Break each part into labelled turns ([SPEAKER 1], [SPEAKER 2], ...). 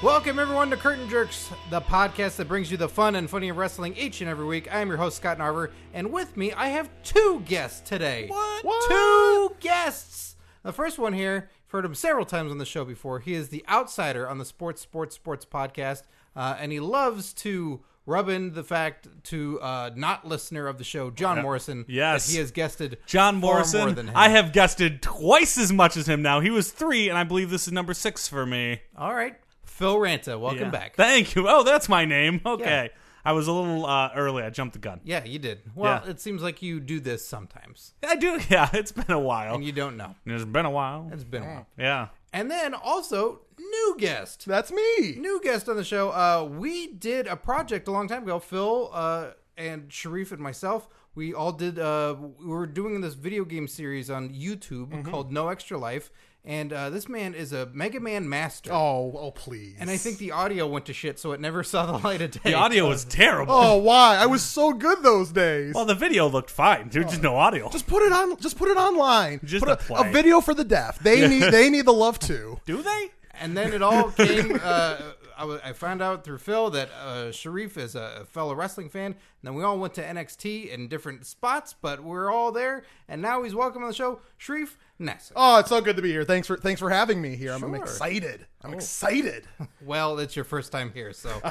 [SPEAKER 1] Welcome, everyone, to Curtain Jerks, the podcast that brings you the fun and funny of wrestling each and every week. I am your host, Scott Narver, and with me, I have two guests today.
[SPEAKER 2] What?
[SPEAKER 1] Two guests! The first one here, you've heard him several times on the show before. He is the outsider on the Sports, Sports, Sports podcast, uh, and he loves to rub in the fact to uh, not listener of the show, John Morrison,
[SPEAKER 2] Yes.
[SPEAKER 1] that he has guested
[SPEAKER 2] John
[SPEAKER 1] far
[SPEAKER 2] Morrison.
[SPEAKER 1] more than him.
[SPEAKER 2] I have guested twice as much as him now. He was three, and I believe this is number six for me.
[SPEAKER 1] All right. Phil Ranta, welcome
[SPEAKER 2] Yeah.
[SPEAKER 1] back.
[SPEAKER 2] Thank you. Oh, that's my name. Okay. I was a little uh, early. I jumped the gun.
[SPEAKER 1] yeah, you did. Well,
[SPEAKER 2] Yeah.
[SPEAKER 1] it seems like you do this sometimes,
[SPEAKER 2] I do. Yeah, it's been a while.
[SPEAKER 1] and you don't know.
[SPEAKER 2] It's been a while.
[SPEAKER 1] It's been a while.
[SPEAKER 2] Yeah.
[SPEAKER 1] And then also, new guest.
[SPEAKER 3] That's me.
[SPEAKER 1] New guest on the show. Uh, we did a project a long time ago. Phil uh, and Sharif and myself, we all did, uh, we were doing this video game series on YouTube
[SPEAKER 3] Mm-hmm.
[SPEAKER 1] called No Extra Life. And uh, this man is a Mega Man master.
[SPEAKER 3] Oh, oh please.
[SPEAKER 1] And I think the audio went to shit, so it never saw the light of day.
[SPEAKER 2] The audio was
[SPEAKER 1] uh,
[SPEAKER 2] terrible.
[SPEAKER 3] Oh, why? I was so good those days.
[SPEAKER 2] Well, the video looked fine. There was just no
[SPEAKER 1] Oh.
[SPEAKER 2] audio.
[SPEAKER 3] just put it on. Just put it online.
[SPEAKER 2] Just
[SPEAKER 3] put
[SPEAKER 2] a
[SPEAKER 3] a,
[SPEAKER 2] play.
[SPEAKER 3] a video for the deaf. They need. They need the love too.
[SPEAKER 2] do they?
[SPEAKER 1] And then it all came. Uh, I, wa- I found out through Phil that uh, Sharif is a fellow wrestling fan. And then we all went to NXT in different spots, but we're all there. And now he's welcome on the show, Sharif Ness.
[SPEAKER 3] Oh, it's so good to be here. Thanks for thanks for having me here. I'm, I'm
[SPEAKER 1] Sure. Oh.
[SPEAKER 3] excited. I'm excited.
[SPEAKER 1] Well, it's your first time here, so
[SPEAKER 2] I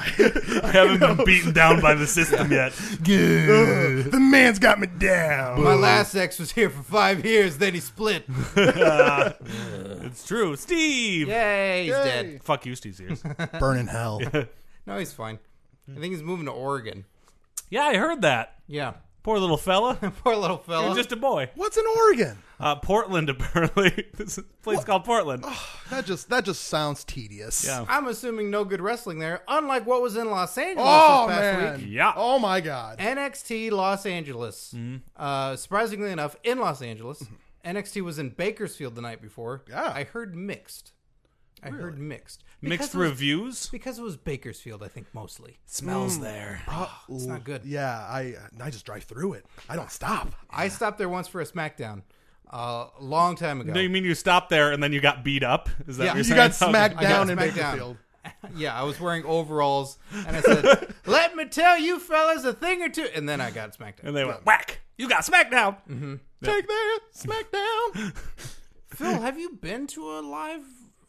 [SPEAKER 2] haven't been beaten down by the system yet.
[SPEAKER 3] Ugh, the man's got me down.
[SPEAKER 1] my last ex was here for five years. Then he split.
[SPEAKER 2] It's true. Steve!
[SPEAKER 1] Yay, he's
[SPEAKER 3] Yay.
[SPEAKER 1] dead.
[SPEAKER 2] Fuck you, Steve's ears.
[SPEAKER 3] Burn in hell.
[SPEAKER 1] No, he's fine. I think he's moving to Oregon.
[SPEAKER 2] yeah, I heard that.
[SPEAKER 1] Yeah,
[SPEAKER 2] Poor little fella.
[SPEAKER 1] poor little fella.
[SPEAKER 2] You're just a boy.
[SPEAKER 3] What's in Oregon?
[SPEAKER 2] Uh, Portland, apparently. this place called Portland.
[SPEAKER 3] That just that just sounds tedious.
[SPEAKER 2] Yeah.
[SPEAKER 1] I'm assuming no good wrestling there, unlike what was in Los Angeles
[SPEAKER 3] Oh
[SPEAKER 1] this past week.
[SPEAKER 3] man.
[SPEAKER 2] Yeah.
[SPEAKER 3] Oh my god.
[SPEAKER 1] NXT Los Angeles.
[SPEAKER 3] Mm-hmm.
[SPEAKER 1] Uh, surprisingly enough, in Los Angeles, NXT was in Bakersfield the night before.
[SPEAKER 3] Yeah.
[SPEAKER 1] I heard mixed. I heard mixed.
[SPEAKER 2] Mixed
[SPEAKER 1] Because it was-
[SPEAKER 2] reviews.
[SPEAKER 1] Because it was Bakersfield, I think mostly. Hmm.
[SPEAKER 2] Smells there.
[SPEAKER 1] It's not good.
[SPEAKER 3] Yeah. I I just drive through it. I don't stop.
[SPEAKER 1] I stopped there once for a SmackDown, uh, a long time ago.
[SPEAKER 2] Do you mean you stopped there and then you got beat up? Is that
[SPEAKER 1] Yeah.
[SPEAKER 2] what you're
[SPEAKER 1] You
[SPEAKER 3] You
[SPEAKER 2] saying?
[SPEAKER 3] got
[SPEAKER 2] Okay.
[SPEAKER 3] smacked
[SPEAKER 1] I got
[SPEAKER 3] down in
[SPEAKER 1] smacked
[SPEAKER 3] Bakersfield.
[SPEAKER 1] yeah, I was wearing overalls, and I said, "Let me tell you fellas a thing or two. And then I got smacked.
[SPEAKER 2] And they went, whack! You got smacked down!
[SPEAKER 3] Take that, SmackDown.
[SPEAKER 1] Phil, have you been to a live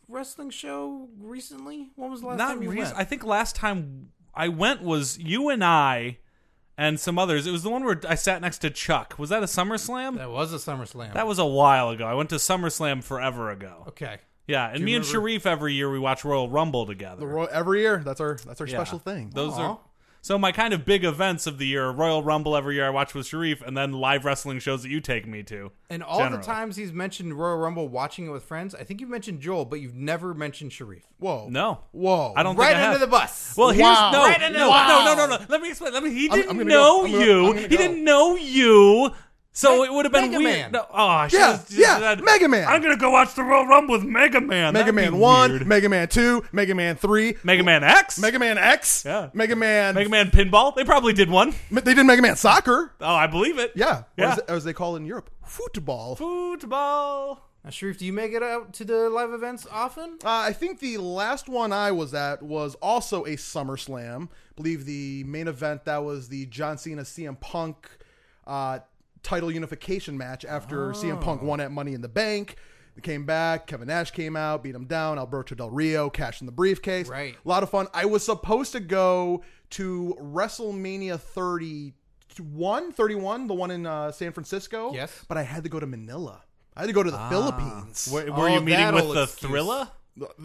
[SPEAKER 1] wrestling show recently? When was the last
[SPEAKER 2] Not
[SPEAKER 1] time you
[SPEAKER 2] reason.
[SPEAKER 1] went?
[SPEAKER 2] I think last time I went was you and I and some others. It was the one where I sat next to Chuck. Was that a SummerSlam?
[SPEAKER 1] that was a SummerSlam.
[SPEAKER 2] That was a while ago. I went to SummerSlam forever ago.
[SPEAKER 1] okay.
[SPEAKER 2] Yeah, and me and
[SPEAKER 1] remember-
[SPEAKER 2] Sharif every year we watch Royal Rumble together.
[SPEAKER 3] Ro- Every year, that's our that's our
[SPEAKER 2] Yeah.
[SPEAKER 3] special thing.
[SPEAKER 2] Those
[SPEAKER 1] Aw.
[SPEAKER 2] are so my kind of big events of the year: are Royal Rumble every year I watch with Sharif, and then live wrestling shows that you take me to.
[SPEAKER 1] And all
[SPEAKER 2] Generally.
[SPEAKER 1] the times he's mentioned Royal Rumble watching it with friends, I think you've mentioned Joel, but you've never mentioned Sharif.
[SPEAKER 3] Whoa,
[SPEAKER 2] No,
[SPEAKER 3] whoa,
[SPEAKER 2] I don't
[SPEAKER 1] Right
[SPEAKER 2] think I
[SPEAKER 1] under
[SPEAKER 2] have.
[SPEAKER 1] the bus.
[SPEAKER 2] Well, here's
[SPEAKER 3] Wow.
[SPEAKER 2] no,
[SPEAKER 3] Right
[SPEAKER 2] no,
[SPEAKER 3] under
[SPEAKER 2] no,
[SPEAKER 3] the bus.
[SPEAKER 2] no, no, no. Let me explain. Let me. He
[SPEAKER 3] I'm-
[SPEAKER 2] didn't
[SPEAKER 3] I'm gonna
[SPEAKER 2] know
[SPEAKER 3] go. I'm gonna-
[SPEAKER 2] you.
[SPEAKER 3] I'm gonna
[SPEAKER 2] he
[SPEAKER 3] go.
[SPEAKER 2] didn't know you. So it would have been
[SPEAKER 1] Mega
[SPEAKER 2] weird.
[SPEAKER 1] Man.
[SPEAKER 2] No, oh, I
[SPEAKER 3] Yeah,
[SPEAKER 2] should've
[SPEAKER 3] yeah,
[SPEAKER 2] said,
[SPEAKER 3] Mega Man.
[SPEAKER 2] I'm gonna go watch the Royal Rumble with Mega Man.
[SPEAKER 3] Mega
[SPEAKER 2] That'd be
[SPEAKER 3] Man One,
[SPEAKER 2] weird.
[SPEAKER 3] Mega Man Two, Mega Man Three,
[SPEAKER 2] Mega Man X,
[SPEAKER 3] Mega Man X,
[SPEAKER 2] Yeah.
[SPEAKER 3] Mega Man.
[SPEAKER 2] Mega Man Pinball. They probably did one.
[SPEAKER 3] Ma- They did Mega Man Soccer.
[SPEAKER 2] Oh, I believe it.
[SPEAKER 3] Yeah,
[SPEAKER 2] Yeah.
[SPEAKER 3] Or, as, or as they call it in Europe, football. Uh,
[SPEAKER 2] Football.
[SPEAKER 1] Now, Sharif, do you make it out to the live events often?
[SPEAKER 3] Uh, I think the last one I was at was also a SummerSlam. I believe the main event that was the John Cena CM Punk uh, title unification match after CM
[SPEAKER 1] Oh.
[SPEAKER 3] Punk won at Money in the Bank. They came back. Kevin Nash came out, beat him down. Alberto Del Rio cashed in the briefcase.
[SPEAKER 1] Right.
[SPEAKER 3] A lot of fun. I was supposed to go to WrestleMania 31, 31, the one in uh, San Francisco.
[SPEAKER 1] Yes. Ah.
[SPEAKER 3] But I had to go to Manila. I had to go to the Philippines.
[SPEAKER 2] Were,
[SPEAKER 1] Oh,
[SPEAKER 2] were you meeting
[SPEAKER 1] that
[SPEAKER 2] with
[SPEAKER 1] old
[SPEAKER 2] the
[SPEAKER 1] excuse.
[SPEAKER 2] Thriller?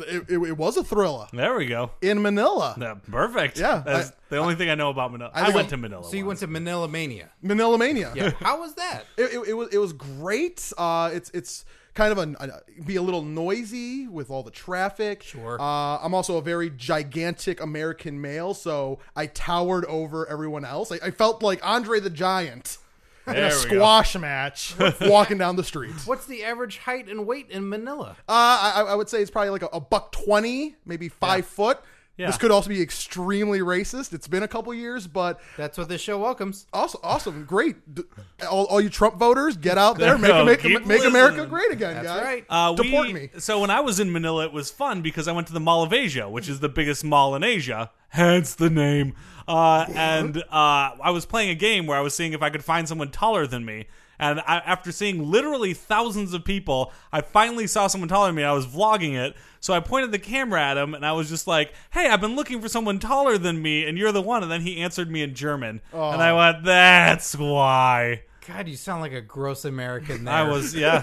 [SPEAKER 3] It, it- it was a thriller
[SPEAKER 2] There we go.
[SPEAKER 3] in Manila.
[SPEAKER 2] Yeah, perfect.
[SPEAKER 3] Yeah,
[SPEAKER 2] That's
[SPEAKER 3] I-
[SPEAKER 2] the only thing I know about Manila. I,
[SPEAKER 3] think
[SPEAKER 2] went
[SPEAKER 3] I-
[SPEAKER 2] to Manila.
[SPEAKER 1] So you went
[SPEAKER 2] once.
[SPEAKER 1] to Manila Mania.
[SPEAKER 3] Manila Mania.
[SPEAKER 1] Yeah. How was that?
[SPEAKER 3] It, it, it was it was great. Uh, it's it's kind of a, a- be a little noisy with all the traffic.
[SPEAKER 1] Sure.
[SPEAKER 3] Uh, I'm also a very gigantic American male, so I towered over everyone else. I, I felt like Andre the Giant in
[SPEAKER 2] There
[SPEAKER 3] a
[SPEAKER 2] we go.
[SPEAKER 3] squash match walking down the street. Uh,
[SPEAKER 1] What's the average height and weight in Manila?
[SPEAKER 3] I, I would say it's probably like a, a buck twenty, maybe five foot.
[SPEAKER 2] Yeah.
[SPEAKER 3] This could also be extremely racist. It's been a couple years, but
[SPEAKER 1] That's what this show welcomes.
[SPEAKER 3] also awesome, great. D- All, all you Trump voters, get out there,
[SPEAKER 2] There
[SPEAKER 3] make
[SPEAKER 2] you go.
[SPEAKER 3] make,
[SPEAKER 2] Keep
[SPEAKER 3] make America
[SPEAKER 2] listening.
[SPEAKER 3] great again,
[SPEAKER 1] That's
[SPEAKER 3] guys.
[SPEAKER 1] right.
[SPEAKER 2] Uh, we-
[SPEAKER 3] Deport me.
[SPEAKER 2] So when I was in Manila, it was fun because I went to the Mall of Asia, which is the biggest mall in Asia, hence the name. Uh, and uh, I was playing a game where I was seeing if I could find someone taller than me. And I, after seeing literally thousands of people, I finally saw someone taller than me. I was vlogging it, so I pointed the camera at him, and I was just like, "Hey, I've been looking for someone taller than me, and you're the one." And then he answered me in German, and I went, "That's why."
[SPEAKER 1] God, you sound like a gross American. There.
[SPEAKER 2] I was, yeah.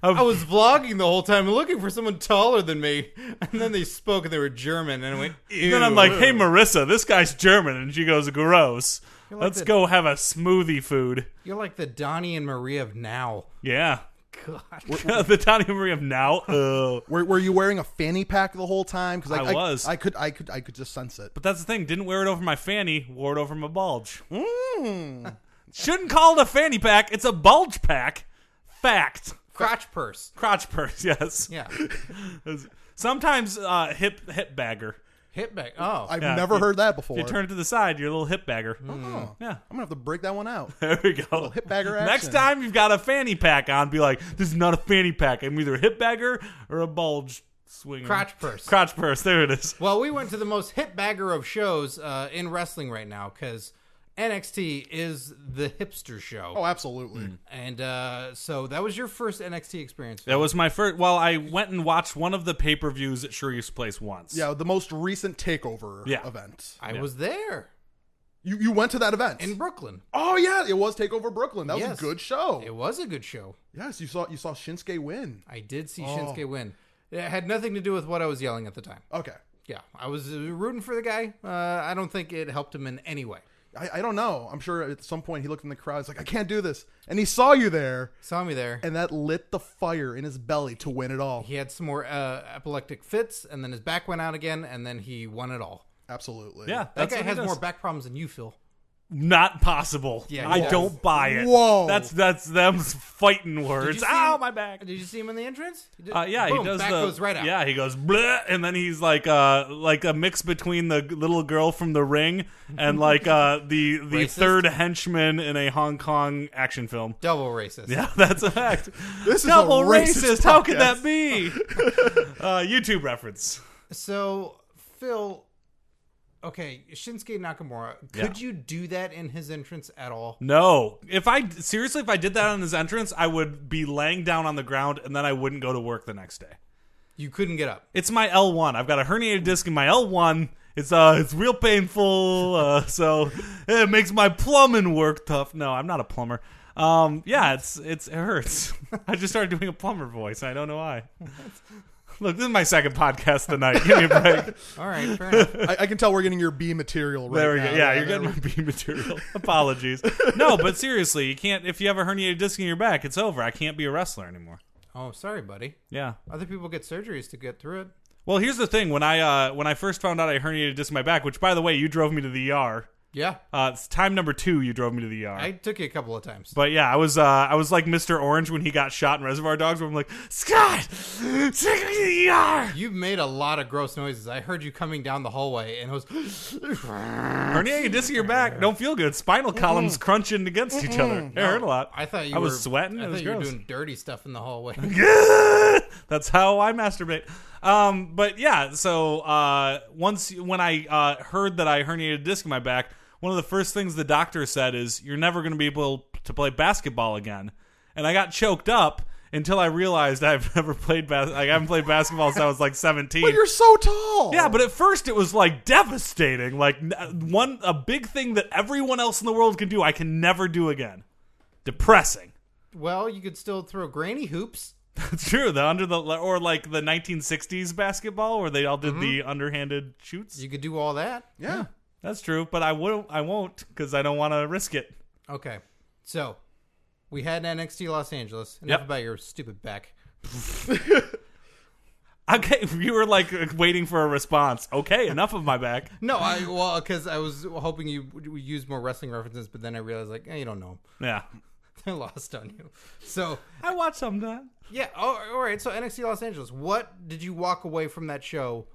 [SPEAKER 1] I was vlogging the whole time, looking for someone taller than me, and then they spoke and they were German, and I went. Ew.
[SPEAKER 2] And then I'm like, hey, Marissa, this guy's German. And she goes, gross.
[SPEAKER 1] like
[SPEAKER 2] Let's
[SPEAKER 1] the-
[SPEAKER 2] go have a smoothie food.
[SPEAKER 1] you're like the Donnie and Marie of now.
[SPEAKER 2] Yeah.
[SPEAKER 1] God,
[SPEAKER 2] the Tony Marie of now. Ugh.
[SPEAKER 3] Were, were you wearing a fanny pack the whole time? Because I,
[SPEAKER 2] I was.
[SPEAKER 3] I could, I could, I could just sense it.
[SPEAKER 2] But that's the thing. Didn't wear it over my fanny, wore it over my bulge.
[SPEAKER 3] Mm.
[SPEAKER 2] Shouldn't call it a fanny pack. It's a bulge pack. Fact.
[SPEAKER 1] crotch purse.
[SPEAKER 2] Crotch purse, yes.
[SPEAKER 1] Yeah,
[SPEAKER 2] Sometimes uh, hip hip bagger.
[SPEAKER 1] hip bag. Oh,
[SPEAKER 3] I've
[SPEAKER 2] Yeah,
[SPEAKER 3] never
[SPEAKER 2] you-
[SPEAKER 3] heard that before.
[SPEAKER 2] You turn it to the side, you're a little hip bagger.
[SPEAKER 1] Uh-huh.
[SPEAKER 3] Oh.
[SPEAKER 2] Yeah.
[SPEAKER 3] I'm gonna have to break that one out.
[SPEAKER 2] There we go.
[SPEAKER 3] hip bagger
[SPEAKER 2] Next
[SPEAKER 3] action.
[SPEAKER 2] time you've got a fanny pack on, be like, this is not a fanny pack. I'm either a hip bagger or a bulge swinger.
[SPEAKER 1] crotch purse.
[SPEAKER 2] Crotch purse. There it is.
[SPEAKER 1] Well, we went to the most hip bagger of shows uh, in wrestling right now because NXT is the hipster show,
[SPEAKER 3] Oh, absolutely.
[SPEAKER 1] and uh, so that was your first NXT experience.
[SPEAKER 2] That was my first. Well, I went and watched one of the pay per views at Sharif's place once.
[SPEAKER 3] Yeah, the most recent takeover
[SPEAKER 2] Yeah.
[SPEAKER 3] event.
[SPEAKER 1] I was there
[SPEAKER 3] You you went to that event.
[SPEAKER 1] in Brooklyn.
[SPEAKER 3] oh yeah, it was Takeover Brooklyn. That was
[SPEAKER 1] Yes.
[SPEAKER 3] a good show.
[SPEAKER 1] It was a good show.
[SPEAKER 3] yes, you saw you saw Shinsuke win.
[SPEAKER 1] I did see
[SPEAKER 3] Oh.
[SPEAKER 1] Shinsuke win. It had nothing to do with what I was yelling at the time.
[SPEAKER 3] Okay.
[SPEAKER 1] Yeah, I was uh, rooting for the guy. Uh, I don't think it helped him in any way.
[SPEAKER 3] I, I don't know. I'm sure at some point he looked in the crowd. He's like, I can't do this, and he saw you there,
[SPEAKER 1] Saw me there.
[SPEAKER 3] and that lit the fire in his belly to win it all.
[SPEAKER 1] He had some more uh, epileptic fits, and then his back went out again, and then he won it all.
[SPEAKER 3] Absolutely.
[SPEAKER 2] Yeah.
[SPEAKER 1] That
[SPEAKER 2] That's what
[SPEAKER 1] guy
[SPEAKER 2] he
[SPEAKER 1] has
[SPEAKER 2] does.
[SPEAKER 1] more back problems than you, Phil.
[SPEAKER 2] Not possible.
[SPEAKER 1] Yeah,
[SPEAKER 2] I
[SPEAKER 1] whoa.
[SPEAKER 2] don't buy it.
[SPEAKER 3] Whoa.
[SPEAKER 2] That's that's them fighting
[SPEAKER 1] you
[SPEAKER 2] words.
[SPEAKER 1] see
[SPEAKER 2] Ow,
[SPEAKER 1] him-
[SPEAKER 2] my back.
[SPEAKER 1] Did you see him in the entrance? He did-
[SPEAKER 2] Uh, yeah, he
[SPEAKER 1] boom,
[SPEAKER 2] does
[SPEAKER 1] Back
[SPEAKER 2] the
[SPEAKER 1] goes right out.
[SPEAKER 2] yeah. He goes bleh, and then he's like uh like a mix between the little girl from The Ring and like uh the the
[SPEAKER 1] Racist.
[SPEAKER 2] third henchman in a Hong Kong action film.
[SPEAKER 1] Double racist.
[SPEAKER 2] Yeah, that's a fact.
[SPEAKER 3] This is a
[SPEAKER 2] Double
[SPEAKER 3] racist
[SPEAKER 2] How could that
[SPEAKER 3] podcast.
[SPEAKER 2] be? uh, YouTube reference.
[SPEAKER 1] So Phil, okay, Shinsuke Nakamura. Could you do that in his entrance at all?
[SPEAKER 2] No, if I seriously, if I did that on his entrance, I would be laying down on the ground, and then I wouldn't go to work the next day.
[SPEAKER 1] You couldn't get up.
[SPEAKER 2] It's my L one. I've got a herniated disc in my L one. It's uh, it's real painful. Uh, so it makes my plumbing work tough. No, I'm not a plumber. Um, yeah, it's it's it hurts. I just started doing a plumber voice. I don't know why. Look, this is my second podcast tonight. Give me a break.
[SPEAKER 1] All right, fair enough.
[SPEAKER 3] I, I can tell we're getting your B material right
[SPEAKER 2] There we
[SPEAKER 3] now.
[SPEAKER 2] go. Yeah, you're
[SPEAKER 3] there
[SPEAKER 2] getting my B material. Apologies. No, but seriously, you can't. If you have a herniated disc in your back, it's over. I can't be a wrestler anymore.
[SPEAKER 1] Oh, sorry, buddy.
[SPEAKER 2] Yeah.
[SPEAKER 1] Other people get surgeries to get through it.
[SPEAKER 2] Well, here's the thing. When I uh, when I first found out I herniated disc in my back, which by the way, you drove me to the ER.
[SPEAKER 1] Yeah,
[SPEAKER 2] Uh, it's time number two. You drove me to the ER.
[SPEAKER 1] I took you a couple of times.
[SPEAKER 2] but yeah, I was uh, I was like Mr. Orange when he got shot in Reservoir Dogs. Where I'm like, Scott, take me to the ER.
[SPEAKER 1] You've made a lot of gross noises. I heard you coming down the hallway, and I was.
[SPEAKER 2] Herniated disc in your back. Don't feel good. Spinal columns crunching against each other. It hurt a lot.
[SPEAKER 1] I thought you
[SPEAKER 2] I
[SPEAKER 1] were
[SPEAKER 2] was sweating.
[SPEAKER 1] I
[SPEAKER 2] It
[SPEAKER 1] thought
[SPEAKER 2] was
[SPEAKER 1] you were
[SPEAKER 2] gross.
[SPEAKER 1] doing dirty stuff in the hallway.
[SPEAKER 2] That's how I masturbate. Um, but yeah, so uh, once when I uh, heard that I herniated a disc in my back, one of the first things the doctor said is, "You're never going to be able to play basketball again." And I got choked up until I realized I've never played bas- like, I haven't played basketball since I was like 17.
[SPEAKER 3] But you're so tall.
[SPEAKER 2] Yeah, but at first it was like devastating. Like n- one a big thing that everyone else in the world can do, I can never do again. Depressing.
[SPEAKER 1] well, you could still throw granny hoops.
[SPEAKER 2] That's true. The under the or like the 1960s basketball where they all did the
[SPEAKER 3] Mm-hmm.
[SPEAKER 2] underhanded shoots.
[SPEAKER 1] You could do all that.
[SPEAKER 3] yeah.
[SPEAKER 2] That's true, but I won't. I won't because I don't want to risk it.
[SPEAKER 1] Okay, so we had NXT Los Angeles. Enough
[SPEAKER 2] Yep.
[SPEAKER 1] about your stupid back.
[SPEAKER 2] Okay, you were like uh, waiting for a response. Okay, enough of my back.
[SPEAKER 1] No, I well because I was hoping you would use more wrestling references, but then I realized like eh, you don't know.
[SPEAKER 2] Yeah,
[SPEAKER 1] They're lost on you. So
[SPEAKER 2] I watch sometimes.
[SPEAKER 1] oh, yeah, all, all right. So NXT Los Angeles. What did you walk away from that show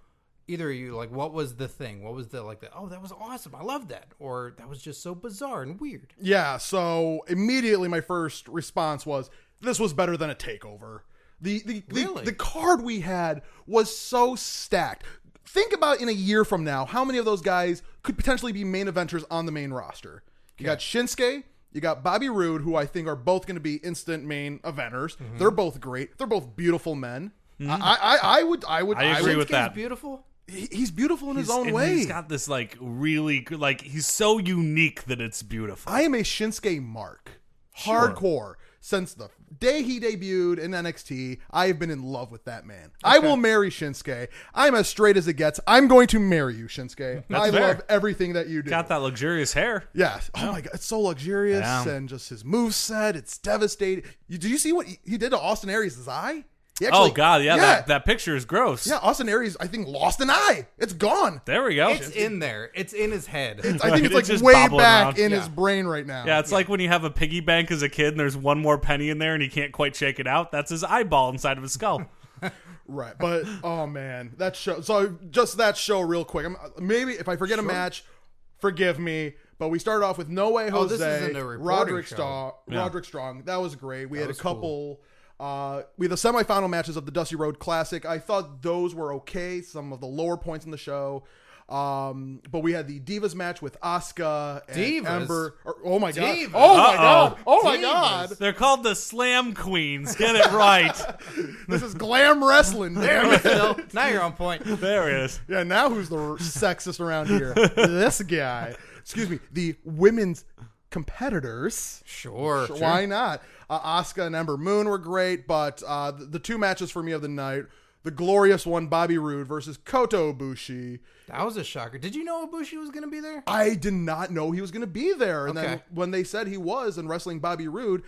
[SPEAKER 1] either of you like what was the thing? What was the like the oh that was awesome. I love that. Or that was just so bizarre and weird.
[SPEAKER 3] Yeah, so immediately my first response was this was better than a takeover. The the, the,
[SPEAKER 1] Really?
[SPEAKER 3] the card we had was so stacked. Think about in a year from now how many of those guys could potentially be main eventers on the main roster. You got Shinsuke, you got Bobby Roode, who I think are both going to be instant main eventers. They're both great. They're both beautiful men. I, I I would Mm-hmm. I would
[SPEAKER 2] I agree
[SPEAKER 3] would,
[SPEAKER 2] with
[SPEAKER 1] This game's
[SPEAKER 2] that.
[SPEAKER 1] beautiful.
[SPEAKER 3] he- He's beautiful in his own
[SPEAKER 2] and
[SPEAKER 3] way.
[SPEAKER 2] He's got this like really good- like he's so unique that it's beautiful.
[SPEAKER 3] I am a Shinsuke mark, hardcore. Since the day he debuted in NXT, I have been in love with that man. I will marry Shinsuke. I'm as straight as it gets. I'm going to marry you, Shinsuke. I
[SPEAKER 2] fair.
[SPEAKER 3] love everything that you do.
[SPEAKER 2] Got that luxurious hair.
[SPEAKER 3] Yes. Oh my god, it's so luxurious
[SPEAKER 2] Yeah.
[SPEAKER 3] and just his moveset. It's devastating. You, did you see what he, he did to Austin Aries' eye?
[SPEAKER 2] Oh
[SPEAKER 3] He actually-
[SPEAKER 2] god, yeah,
[SPEAKER 3] yeah.
[SPEAKER 2] That, that picture is gross.
[SPEAKER 3] yeah, Austin Aries, I think lost an eye. It's gone.
[SPEAKER 2] There we go.
[SPEAKER 1] It's in there. It's in his head.
[SPEAKER 3] I think
[SPEAKER 2] It's
[SPEAKER 3] it's like
[SPEAKER 2] just
[SPEAKER 3] way
[SPEAKER 2] bobbling
[SPEAKER 3] back
[SPEAKER 2] around.
[SPEAKER 3] in
[SPEAKER 1] Yeah.
[SPEAKER 3] his brain right now.
[SPEAKER 2] yeah, it's like when you have a piggy bank as a kid and there's one more penny in there and he can't quite shake it out. That's his eyeball inside of his skull.
[SPEAKER 3] Right, but oh man, that show. So just that show, real quick. I'm, maybe if I forget a match, forgive me. But we started off with No Way
[SPEAKER 1] Oh, this
[SPEAKER 3] Jose,
[SPEAKER 1] isn't a reporting
[SPEAKER 3] Roderick
[SPEAKER 1] show.
[SPEAKER 3] Strong. Roderick Strong. That was great. We had a
[SPEAKER 1] was
[SPEAKER 3] couple. Uh, we had the semifinal matches of the Dusty Road Classic. I thought those were okay. Some of the lower points in the show. Um, but we had the Divas match with Asuka and
[SPEAKER 1] Divas?
[SPEAKER 3] Ember. Or- oh my god!
[SPEAKER 1] Divas?
[SPEAKER 3] Oh my
[SPEAKER 2] Uh-oh.
[SPEAKER 3] god! Oh my
[SPEAKER 1] Divas.
[SPEAKER 3] god!
[SPEAKER 2] They're called the Slam Queens. Get it right.
[SPEAKER 3] This is glam wrestling. Damn it.
[SPEAKER 1] Phil, now you're on point.
[SPEAKER 2] there it is.
[SPEAKER 3] Yeah, now who's the r- sexist around here? this guy. Excuse me. The women's competitors.
[SPEAKER 1] Sure. sure.
[SPEAKER 3] Why not? Uh, Asuka and Ember Moon were great, but uh, the, the two matches for me of the night, the glorious one, Bobby Roode versus Koto Ibushi.
[SPEAKER 1] That was a shocker. Did you know Ibushi was going to be there?
[SPEAKER 3] I did not know he was going to be there, and then
[SPEAKER 1] Okay.
[SPEAKER 3] when they said he was and wrestling Bobby Roode,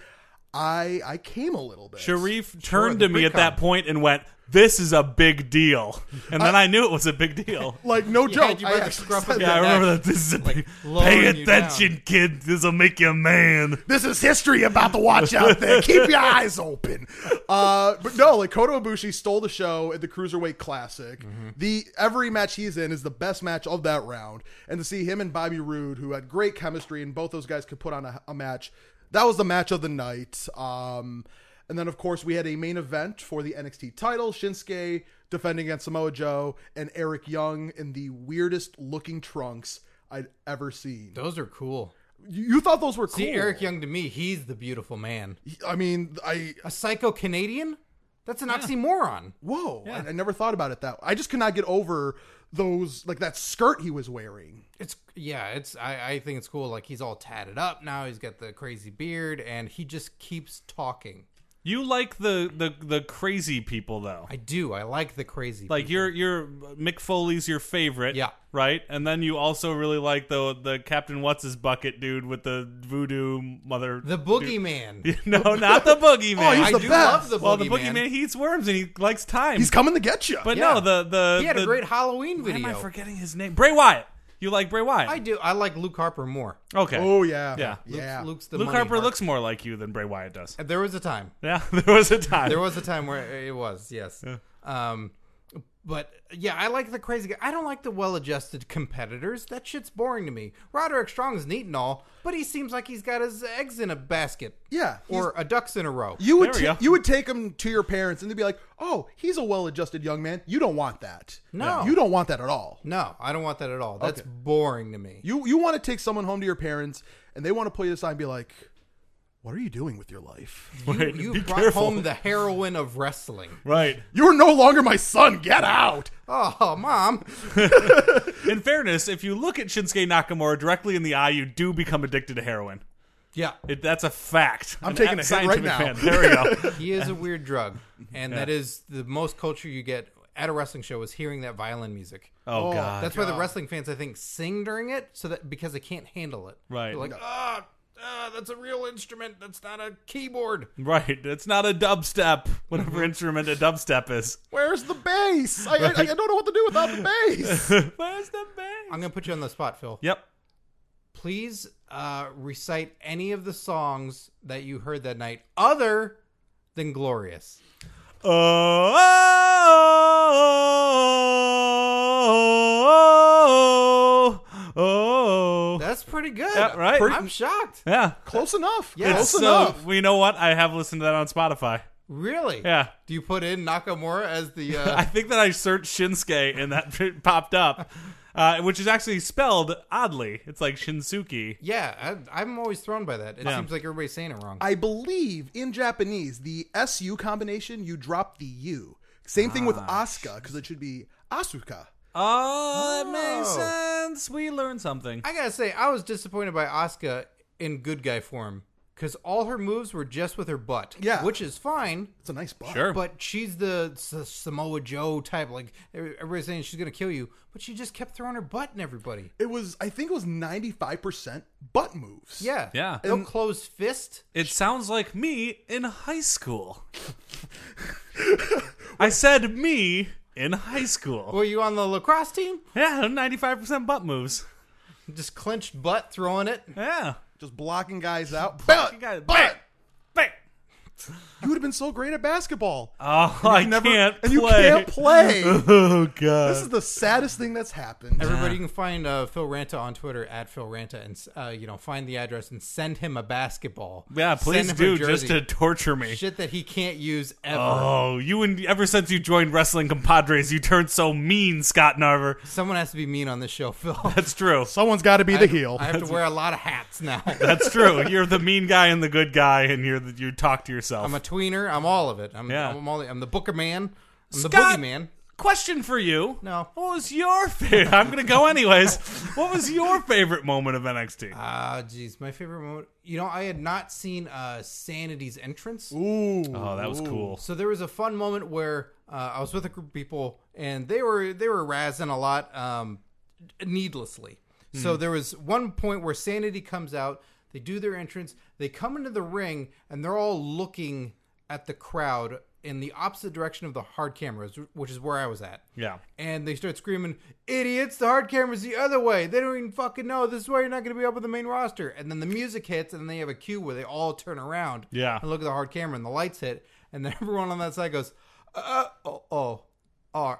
[SPEAKER 3] I I came a little bit.
[SPEAKER 2] Sharif turned
[SPEAKER 1] the
[SPEAKER 2] to me at
[SPEAKER 1] pre-con.
[SPEAKER 2] that point and went, "This is a big deal," and then I knew it was a big deal.
[SPEAKER 3] like no
[SPEAKER 1] had
[SPEAKER 3] joke.
[SPEAKER 1] you
[SPEAKER 3] I
[SPEAKER 1] by the
[SPEAKER 3] actually
[SPEAKER 1] scruff of
[SPEAKER 3] said
[SPEAKER 1] the
[SPEAKER 2] Yeah, I
[SPEAKER 1] neck.
[SPEAKER 2] remember that. This is a big, pay
[SPEAKER 1] lowering you
[SPEAKER 2] attention, kid. This will make you a man.
[SPEAKER 3] This is history about the watch out there. Keep your eyes open. Uh, but no, like Kota Ibushi stole the show at the Cruiserweight Classic.
[SPEAKER 1] Mm-hmm.
[SPEAKER 3] The every match he's in is the best match of that round, and to see him and Bobby Roode, who had great chemistry, and both those guys could put on a, a match. That was the match of the night. Um, and then, of course, we had a main event for the NXT title: Shinsuke defending against Samoa Joe and Eric Young in the weirdest looking trunks I'd ever seen.
[SPEAKER 1] Those are cool.
[SPEAKER 3] You, you thought those were cool?
[SPEAKER 1] See, Eric Young to me, he's the beautiful man.
[SPEAKER 3] I mean, I
[SPEAKER 1] A psycho Canadian? That's an oxymoron.
[SPEAKER 3] Whoa, I, I never thought about it that. I just could not get over those like that skirt he was wearing.
[SPEAKER 1] It's yeah, it's I, I think it's cool. Like he's all tatted up now, he's got the crazy beard, and he just keeps talking.
[SPEAKER 2] You like the the the crazy people though.
[SPEAKER 1] I do. I like the crazy.
[SPEAKER 2] Like you're you're Mick Foley's your favorite,
[SPEAKER 1] Yeah.
[SPEAKER 2] right? And then you also really like the the Captain What's his bucket dude with the voodoo mother.
[SPEAKER 1] the boogeyman.
[SPEAKER 2] no, not the boogeyman.
[SPEAKER 3] he's
[SPEAKER 1] I
[SPEAKER 3] the
[SPEAKER 1] do love Oh,
[SPEAKER 3] best.
[SPEAKER 1] the boogeyman.
[SPEAKER 2] well, the boogeyman he eats worms and he likes time.
[SPEAKER 3] He's coming to get you.
[SPEAKER 2] but
[SPEAKER 1] Yeah.
[SPEAKER 2] no, the the
[SPEAKER 1] He had
[SPEAKER 2] the-
[SPEAKER 1] a great Halloween
[SPEAKER 2] Why am I
[SPEAKER 1] video.
[SPEAKER 2] forgetting his name? Bray Wyatt. You like Bray Wyatt?
[SPEAKER 1] I do. I like Luke Harper more.
[SPEAKER 2] okay.
[SPEAKER 3] oh yeah,
[SPEAKER 2] Yeah.
[SPEAKER 1] Luke's,
[SPEAKER 3] yeah.
[SPEAKER 1] Luke's the
[SPEAKER 2] Luke
[SPEAKER 1] money
[SPEAKER 2] Harper
[SPEAKER 1] Hart.
[SPEAKER 2] looks more like you than Bray Wyatt does.
[SPEAKER 1] There was a time.
[SPEAKER 2] Yeah, there was a time.
[SPEAKER 1] There was a time where it was yes. Um, but yeah, I like the crazy guy. I don't like the well-adjusted competitors. That shit's boring to me. Roderick Strong's neat and all, but he seems like he's got his eggs in a basket.
[SPEAKER 3] Yeah, he's-
[SPEAKER 1] or a ducks in a row.
[SPEAKER 3] you would
[SPEAKER 2] There we
[SPEAKER 3] ta-
[SPEAKER 2] go.
[SPEAKER 3] you would take him to your parents and they'd be like, "Oh, he's a well-adjusted young man. You don't want that.
[SPEAKER 1] No.
[SPEAKER 3] you don't want that at all.
[SPEAKER 1] no, I don't want that at all. That's
[SPEAKER 3] Okay.
[SPEAKER 1] boring to me.
[SPEAKER 3] You you want to take someone home to your parents and they want to pull you aside and be like." What are you doing with your life?
[SPEAKER 1] You,
[SPEAKER 2] Wait,
[SPEAKER 1] you
[SPEAKER 2] be
[SPEAKER 1] brought
[SPEAKER 2] careful.
[SPEAKER 1] home the heroine of wrestling.
[SPEAKER 2] right.
[SPEAKER 3] You are no longer my son. Get out.
[SPEAKER 1] Oh, mom.
[SPEAKER 2] In fairness, if you look at Shinsuke Nakamura directly in the eye, you do become addicted to heroin.
[SPEAKER 1] Yeah,
[SPEAKER 2] It, that's a fact. I'm
[SPEAKER 3] taking a hit right now.
[SPEAKER 2] There we go.
[SPEAKER 1] he is a weird drug, and that is the most culture you get at a wrestling show is hearing that violin music.
[SPEAKER 2] Oh, God.
[SPEAKER 1] That's why the wrestling fans, I think, sing during it so that because they can't handle it.
[SPEAKER 2] Right.
[SPEAKER 1] They're like, ah, ah, that's a real instrument. That's not a keyboard.
[SPEAKER 2] right. It's not a dubstep, whatever instrument a dubstep is.
[SPEAKER 3] Where's the bass? I, I, I don't know what to do without the bass.
[SPEAKER 2] Where's the
[SPEAKER 1] I'm
[SPEAKER 2] bang?
[SPEAKER 1] gonna put you on the spot, Phil.
[SPEAKER 2] Yep.
[SPEAKER 1] Please uh, recite any of the songs that you heard that night, other than "Glorious."
[SPEAKER 2] Oh, oh, oh, Whoa.
[SPEAKER 1] That's pretty good.
[SPEAKER 2] Yeah, right?
[SPEAKER 1] I'm shocked.
[SPEAKER 2] yeah.
[SPEAKER 3] Close enough.
[SPEAKER 1] Yeah.
[SPEAKER 3] Close
[SPEAKER 2] so
[SPEAKER 3] enough.
[SPEAKER 2] you know what? I have listened to that on Spotify.
[SPEAKER 1] Really?
[SPEAKER 2] Yeah.
[SPEAKER 1] Do you put in Nakamura as the?
[SPEAKER 2] I
[SPEAKER 1] Uh,
[SPEAKER 2] think that I searched Shinsuke and that popped up, uh, which is actually spelled oddly. It's like Shinsuke.
[SPEAKER 1] yeah, I, I'm always thrown by that. It
[SPEAKER 2] Yeah.
[SPEAKER 1] seems like everybody's saying it wrong.
[SPEAKER 3] I believe in Japanese, the SU combination, you drop the U. Same thing with Asuka, because it should be Asuka.
[SPEAKER 2] Oh, that
[SPEAKER 1] makes
[SPEAKER 2] sense. We learned something.
[SPEAKER 1] I gotta say, I was disappointed by Asuka in good guy form because all her moves were just with her butt.
[SPEAKER 3] Yeah.
[SPEAKER 1] which is fine.
[SPEAKER 3] It's a nice bar.
[SPEAKER 2] Sure.
[SPEAKER 1] But she's the S- Samoa Joe type. Like everybody's saying, she's gonna kill you, but she just kept throwing her butt in everybody.
[SPEAKER 3] It was, I think it was 95% butt moves.
[SPEAKER 1] Yeah,
[SPEAKER 2] Yeah.
[SPEAKER 1] No closed fist.
[SPEAKER 2] It sounds like me in high school. I said me in high school.
[SPEAKER 1] Were you on the lacrosse team?
[SPEAKER 2] Yeah, 95% butt moves.
[SPEAKER 1] Just clenched butt, throwing it.
[SPEAKER 2] Yeah.
[SPEAKER 3] Just blocking guys out. But,
[SPEAKER 2] guys-
[SPEAKER 3] but
[SPEAKER 2] Bang.
[SPEAKER 3] you would have been so great at basketball.
[SPEAKER 2] Oh, I can't
[SPEAKER 3] and
[SPEAKER 2] play.
[SPEAKER 3] you can't play.
[SPEAKER 2] Oh, God.
[SPEAKER 3] this is the saddest thing that's happened.
[SPEAKER 1] Everybody, you can find uh, Phil Ranta on Twitter at Phil Ranta, and uh, you know find the address and send him a basketball.
[SPEAKER 2] yeah,
[SPEAKER 1] Send
[SPEAKER 2] please
[SPEAKER 1] him a
[SPEAKER 2] do, just to
[SPEAKER 1] jersey.
[SPEAKER 2] torture me.
[SPEAKER 1] shit that he can't use ever.
[SPEAKER 2] Oh, you and ever since you joined Wrestling Compadres, you turned so mean, Scott Narver.
[SPEAKER 1] Someone has to be mean on this show, Phil.
[SPEAKER 2] That's true.
[SPEAKER 3] Someone's got to be the heel.
[SPEAKER 1] I have to wear a lot of hats now.
[SPEAKER 2] That's true. You're the mean guy and the good guy, and you're the, you talk to yourself.
[SPEAKER 1] I'm a tweener. I'm all of it. I'm,
[SPEAKER 2] Yeah.
[SPEAKER 1] I'm, all, I'm the Booker man. I'm
[SPEAKER 2] Scott-
[SPEAKER 1] the boogeyman.
[SPEAKER 2] Question for you.
[SPEAKER 1] No.
[SPEAKER 2] What was your favorite? I'm gonna go anyways. what was your favorite moment of NXT?
[SPEAKER 1] Ah, jeez, my favorite moment. You know, I had not seen uh, Sanity's entrance.
[SPEAKER 2] oh, that was cool.
[SPEAKER 1] So there was a fun moment where uh, I was with a group of people and they were they were razzing a lot um, needlessly.
[SPEAKER 2] Hmm.
[SPEAKER 1] So there was one point where Sanity comes out, they do their entrance, they come into the ring and they're all looking at the crowd in the opposite direction of the hard cameras, which is where I was at.
[SPEAKER 2] Yeah.
[SPEAKER 1] And they start screaming, "Idiots! The hard camera's the other way. They don't even fucking know. This is why you're not going to be up with the main roster." And then the music hits, and they have a cue where they all turn around.
[SPEAKER 2] Yeah.
[SPEAKER 1] And look at the hard camera, and the lights hit, and then everyone on that side goes, "Uh oh oh." Oh,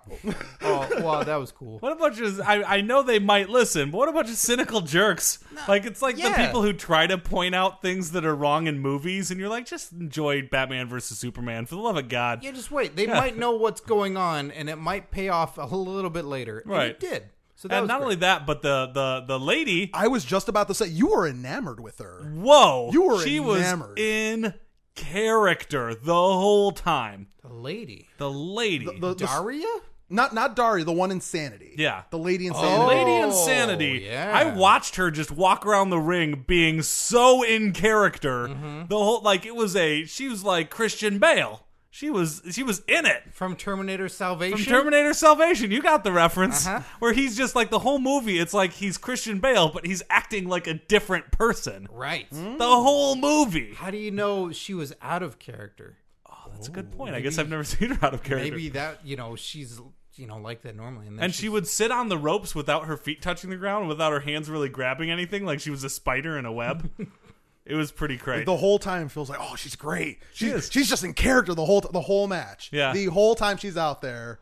[SPEAKER 1] oh, wow, that was cool.
[SPEAKER 2] What a bunch of I, I know they might listen, but what a bunch of cynical jerks. like it's like the
[SPEAKER 1] yeah.
[SPEAKER 2] people who try to point out things that are wrong in movies, and you're like, just enjoy Batman versus Superman for the love of God.
[SPEAKER 1] Yeah, just wait. They might know what's going on, and it might pay off a little bit later. And
[SPEAKER 2] Right.
[SPEAKER 1] it did. So that
[SPEAKER 2] and
[SPEAKER 1] was
[SPEAKER 2] not
[SPEAKER 1] great.
[SPEAKER 2] only that, but the the the lady.
[SPEAKER 3] I was just about to say, you were enamored with her.
[SPEAKER 2] Whoa,
[SPEAKER 3] You were
[SPEAKER 2] she
[SPEAKER 3] enamored.
[SPEAKER 2] was in character the whole time.
[SPEAKER 1] the lady
[SPEAKER 2] The lady,
[SPEAKER 3] The- the-
[SPEAKER 1] Daria.
[SPEAKER 3] not not Dari, the one insanity.
[SPEAKER 2] Yeah.
[SPEAKER 3] The lady
[SPEAKER 1] Oh.
[SPEAKER 3] insanity.
[SPEAKER 2] Lady Insanity.
[SPEAKER 1] yeah.
[SPEAKER 2] I watched her just walk around the ring being so in character.
[SPEAKER 1] Mm-hmm.
[SPEAKER 2] The whole like it was a she was like Christian Bale. She was she was in it.
[SPEAKER 1] from Terminator Salvation.
[SPEAKER 2] From Terminator Salvation, you got the reference.
[SPEAKER 1] Uh-huh.
[SPEAKER 2] Where he's just like the whole movie, it's like he's Christian Bale, but he's acting like a different person.
[SPEAKER 1] right.
[SPEAKER 2] The whole movie.
[SPEAKER 1] How do you know she was out of character?
[SPEAKER 2] Oh, that's a good point. I guess I've never seen her out of character.
[SPEAKER 1] Maybe that you know she's you know like that normally, and, then
[SPEAKER 2] And she would sit on the ropes without her feet touching the ground, without her hands really grabbing anything, like she was a spider in a web. it was pretty crazy.
[SPEAKER 3] The whole time feels like, oh, she's great. She's,
[SPEAKER 2] is.
[SPEAKER 3] she's just in character the whole the whole match.
[SPEAKER 2] Yeah.
[SPEAKER 3] The whole time she's out there.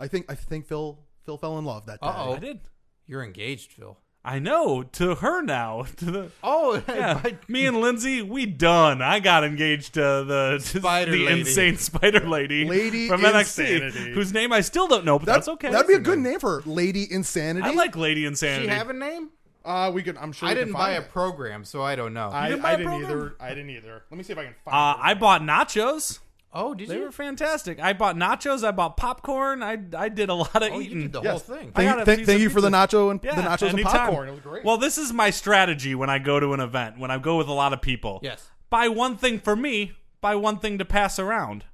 [SPEAKER 3] I think I think Phil Phil fell in love that day.
[SPEAKER 1] Uh-oh.
[SPEAKER 2] I did.
[SPEAKER 1] you're engaged, Phil.
[SPEAKER 2] I know. To her now. To the
[SPEAKER 1] Oh,
[SPEAKER 2] yeah.
[SPEAKER 1] by-
[SPEAKER 2] me and Lindsay, we done. I got engaged to the to
[SPEAKER 1] Spider
[SPEAKER 2] the
[SPEAKER 1] lady.
[SPEAKER 2] insane spider lady,
[SPEAKER 3] Lady
[SPEAKER 2] from
[SPEAKER 3] Insanity.
[SPEAKER 2] NXT, whose name I still don't know, but
[SPEAKER 3] That-
[SPEAKER 2] that's okay.
[SPEAKER 3] That'd be a good name for her. Lady Insanity.
[SPEAKER 2] I like Lady
[SPEAKER 1] she
[SPEAKER 2] Insanity.
[SPEAKER 1] have a name?
[SPEAKER 3] uh we could I'm sure
[SPEAKER 1] I
[SPEAKER 3] we can
[SPEAKER 1] didn't buy
[SPEAKER 3] find
[SPEAKER 1] a
[SPEAKER 3] it.
[SPEAKER 1] program, so I don't know.
[SPEAKER 4] I,
[SPEAKER 2] didn't buy
[SPEAKER 4] I
[SPEAKER 2] a
[SPEAKER 4] didn't
[SPEAKER 2] program?
[SPEAKER 4] either. I didn't either. Let me see if I can find.
[SPEAKER 2] uh,
[SPEAKER 4] it.
[SPEAKER 2] I bought nachos.
[SPEAKER 1] oh, did
[SPEAKER 2] They
[SPEAKER 1] you?
[SPEAKER 2] were fantastic. I bought nachos. I bought popcorn. I I did a lot of
[SPEAKER 1] oh,
[SPEAKER 2] eating.
[SPEAKER 1] you did the
[SPEAKER 3] Yes.
[SPEAKER 1] whole thing.
[SPEAKER 2] I
[SPEAKER 3] Thank,
[SPEAKER 2] got a
[SPEAKER 3] thank-
[SPEAKER 2] piece
[SPEAKER 3] thank
[SPEAKER 2] of
[SPEAKER 3] you for the
[SPEAKER 2] pizza.
[SPEAKER 3] nacho and
[SPEAKER 2] Yeah,
[SPEAKER 3] the nachos and
[SPEAKER 2] anytime.
[SPEAKER 3] popcorn.
[SPEAKER 4] It was great.
[SPEAKER 2] Well, this is my strategy when I go to an event, when I go with a lot of people.
[SPEAKER 1] Yes.
[SPEAKER 2] Buy one thing for me, buy one thing to pass around.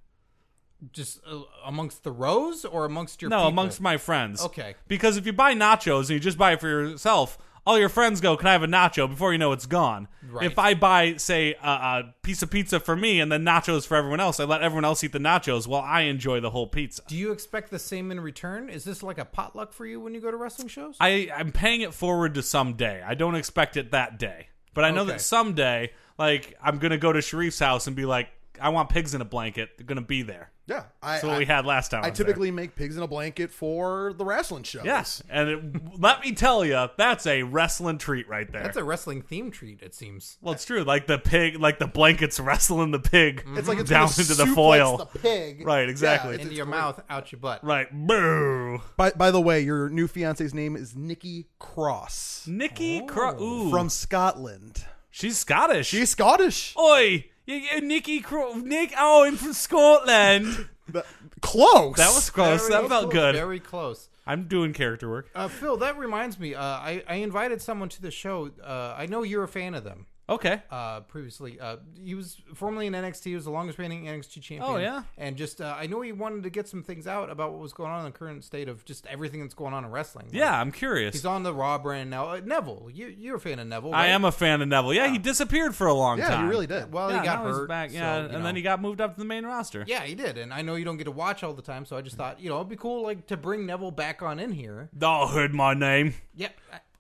[SPEAKER 1] Just uh, amongst the rows or amongst your
[SPEAKER 2] No,
[SPEAKER 1] people?
[SPEAKER 2] amongst my friends.
[SPEAKER 1] Okay.
[SPEAKER 2] Because if you buy nachos and you just buy it for yourself, all your friends go, "Can I have a nacho?" Before you know, it's gone.
[SPEAKER 1] Right.
[SPEAKER 2] If I buy, say, a, a piece of pizza for me and then nachos for everyone else, I let everyone else eat the nachos while I enjoy the whole pizza.
[SPEAKER 1] Do you expect the same in return? Is this like a potluck for you when you go to wrestling shows?
[SPEAKER 2] I, I'm paying it forward to someday. I don't expect it that day. But I know
[SPEAKER 1] Okay.
[SPEAKER 2] that someday, like, I'm going to go to Sharif's house and be like, I want pigs in a blanket. They're going to be there.
[SPEAKER 3] Yeah, I
[SPEAKER 2] That's what
[SPEAKER 3] I,
[SPEAKER 2] we had last time.
[SPEAKER 3] I
[SPEAKER 2] was there.
[SPEAKER 3] typically make pigs in a blanket for the wrestling show.
[SPEAKER 2] yes, and it, let me tell you, that's a wrestling treat right there.
[SPEAKER 1] That's a wrestling theme treat, it seems.
[SPEAKER 2] well, it's true. Like the pig, like the blankets wrestling the pig
[SPEAKER 3] it's like it's
[SPEAKER 2] down
[SPEAKER 3] gonna
[SPEAKER 2] into the
[SPEAKER 3] suplex
[SPEAKER 2] foil.
[SPEAKER 3] the pig.
[SPEAKER 2] Right,
[SPEAKER 3] Yeah,
[SPEAKER 2] exactly.
[SPEAKER 3] it's-
[SPEAKER 1] Into your mouth, out your butt.
[SPEAKER 2] right, boo.
[SPEAKER 3] by, by the way, your new fiance's name is Nikki Cross
[SPEAKER 1] Oh.
[SPEAKER 2] Nikki Cro- ooh,
[SPEAKER 3] from Scotland.
[SPEAKER 2] she's Scottish.
[SPEAKER 3] She's Scottish.
[SPEAKER 2] Oi, you, you, Nikki Cro- Nick. Oh, I'm from Scotland.
[SPEAKER 3] Th- Close.
[SPEAKER 2] that was close.
[SPEAKER 1] Very
[SPEAKER 2] That felt
[SPEAKER 1] close,
[SPEAKER 2] good.
[SPEAKER 1] Very close.
[SPEAKER 2] I'm doing character work.
[SPEAKER 1] Uh, Phil, that reminds me. Uh, I, I invited someone to the show. Uh, I know you're a fan of them.
[SPEAKER 2] Okay.
[SPEAKER 1] uh, previously. Uh, he was formerly in NXT. He was the longest reigning NXT champion.
[SPEAKER 2] Oh, yeah?
[SPEAKER 1] And just uh, I know he wanted to get some things out about what was going on in the current state of just everything that's going on in wrestling. Like,
[SPEAKER 2] Yeah, I'm curious.
[SPEAKER 1] he's on the Raw brand now. Uh, Neville, you you're a fan of Neville.
[SPEAKER 2] I
[SPEAKER 1] right?
[SPEAKER 2] am a fan of Neville. Yeah, he disappeared for a long
[SPEAKER 3] yeah,
[SPEAKER 2] time.
[SPEAKER 3] you really did.
[SPEAKER 1] Well,
[SPEAKER 2] yeah,
[SPEAKER 1] he got
[SPEAKER 2] now he's
[SPEAKER 1] hurt.
[SPEAKER 2] back.
[SPEAKER 1] so,
[SPEAKER 2] Yeah,
[SPEAKER 1] you
[SPEAKER 2] and
[SPEAKER 1] know.
[SPEAKER 2] then he got moved up to the main roster.
[SPEAKER 1] Yeah, he did, and I know you don't get to watch all the time, so I just thought, you know, it'd be cool, like, to bring Neville back on in here.
[SPEAKER 2] Oh, heard my name.
[SPEAKER 1] Yeah,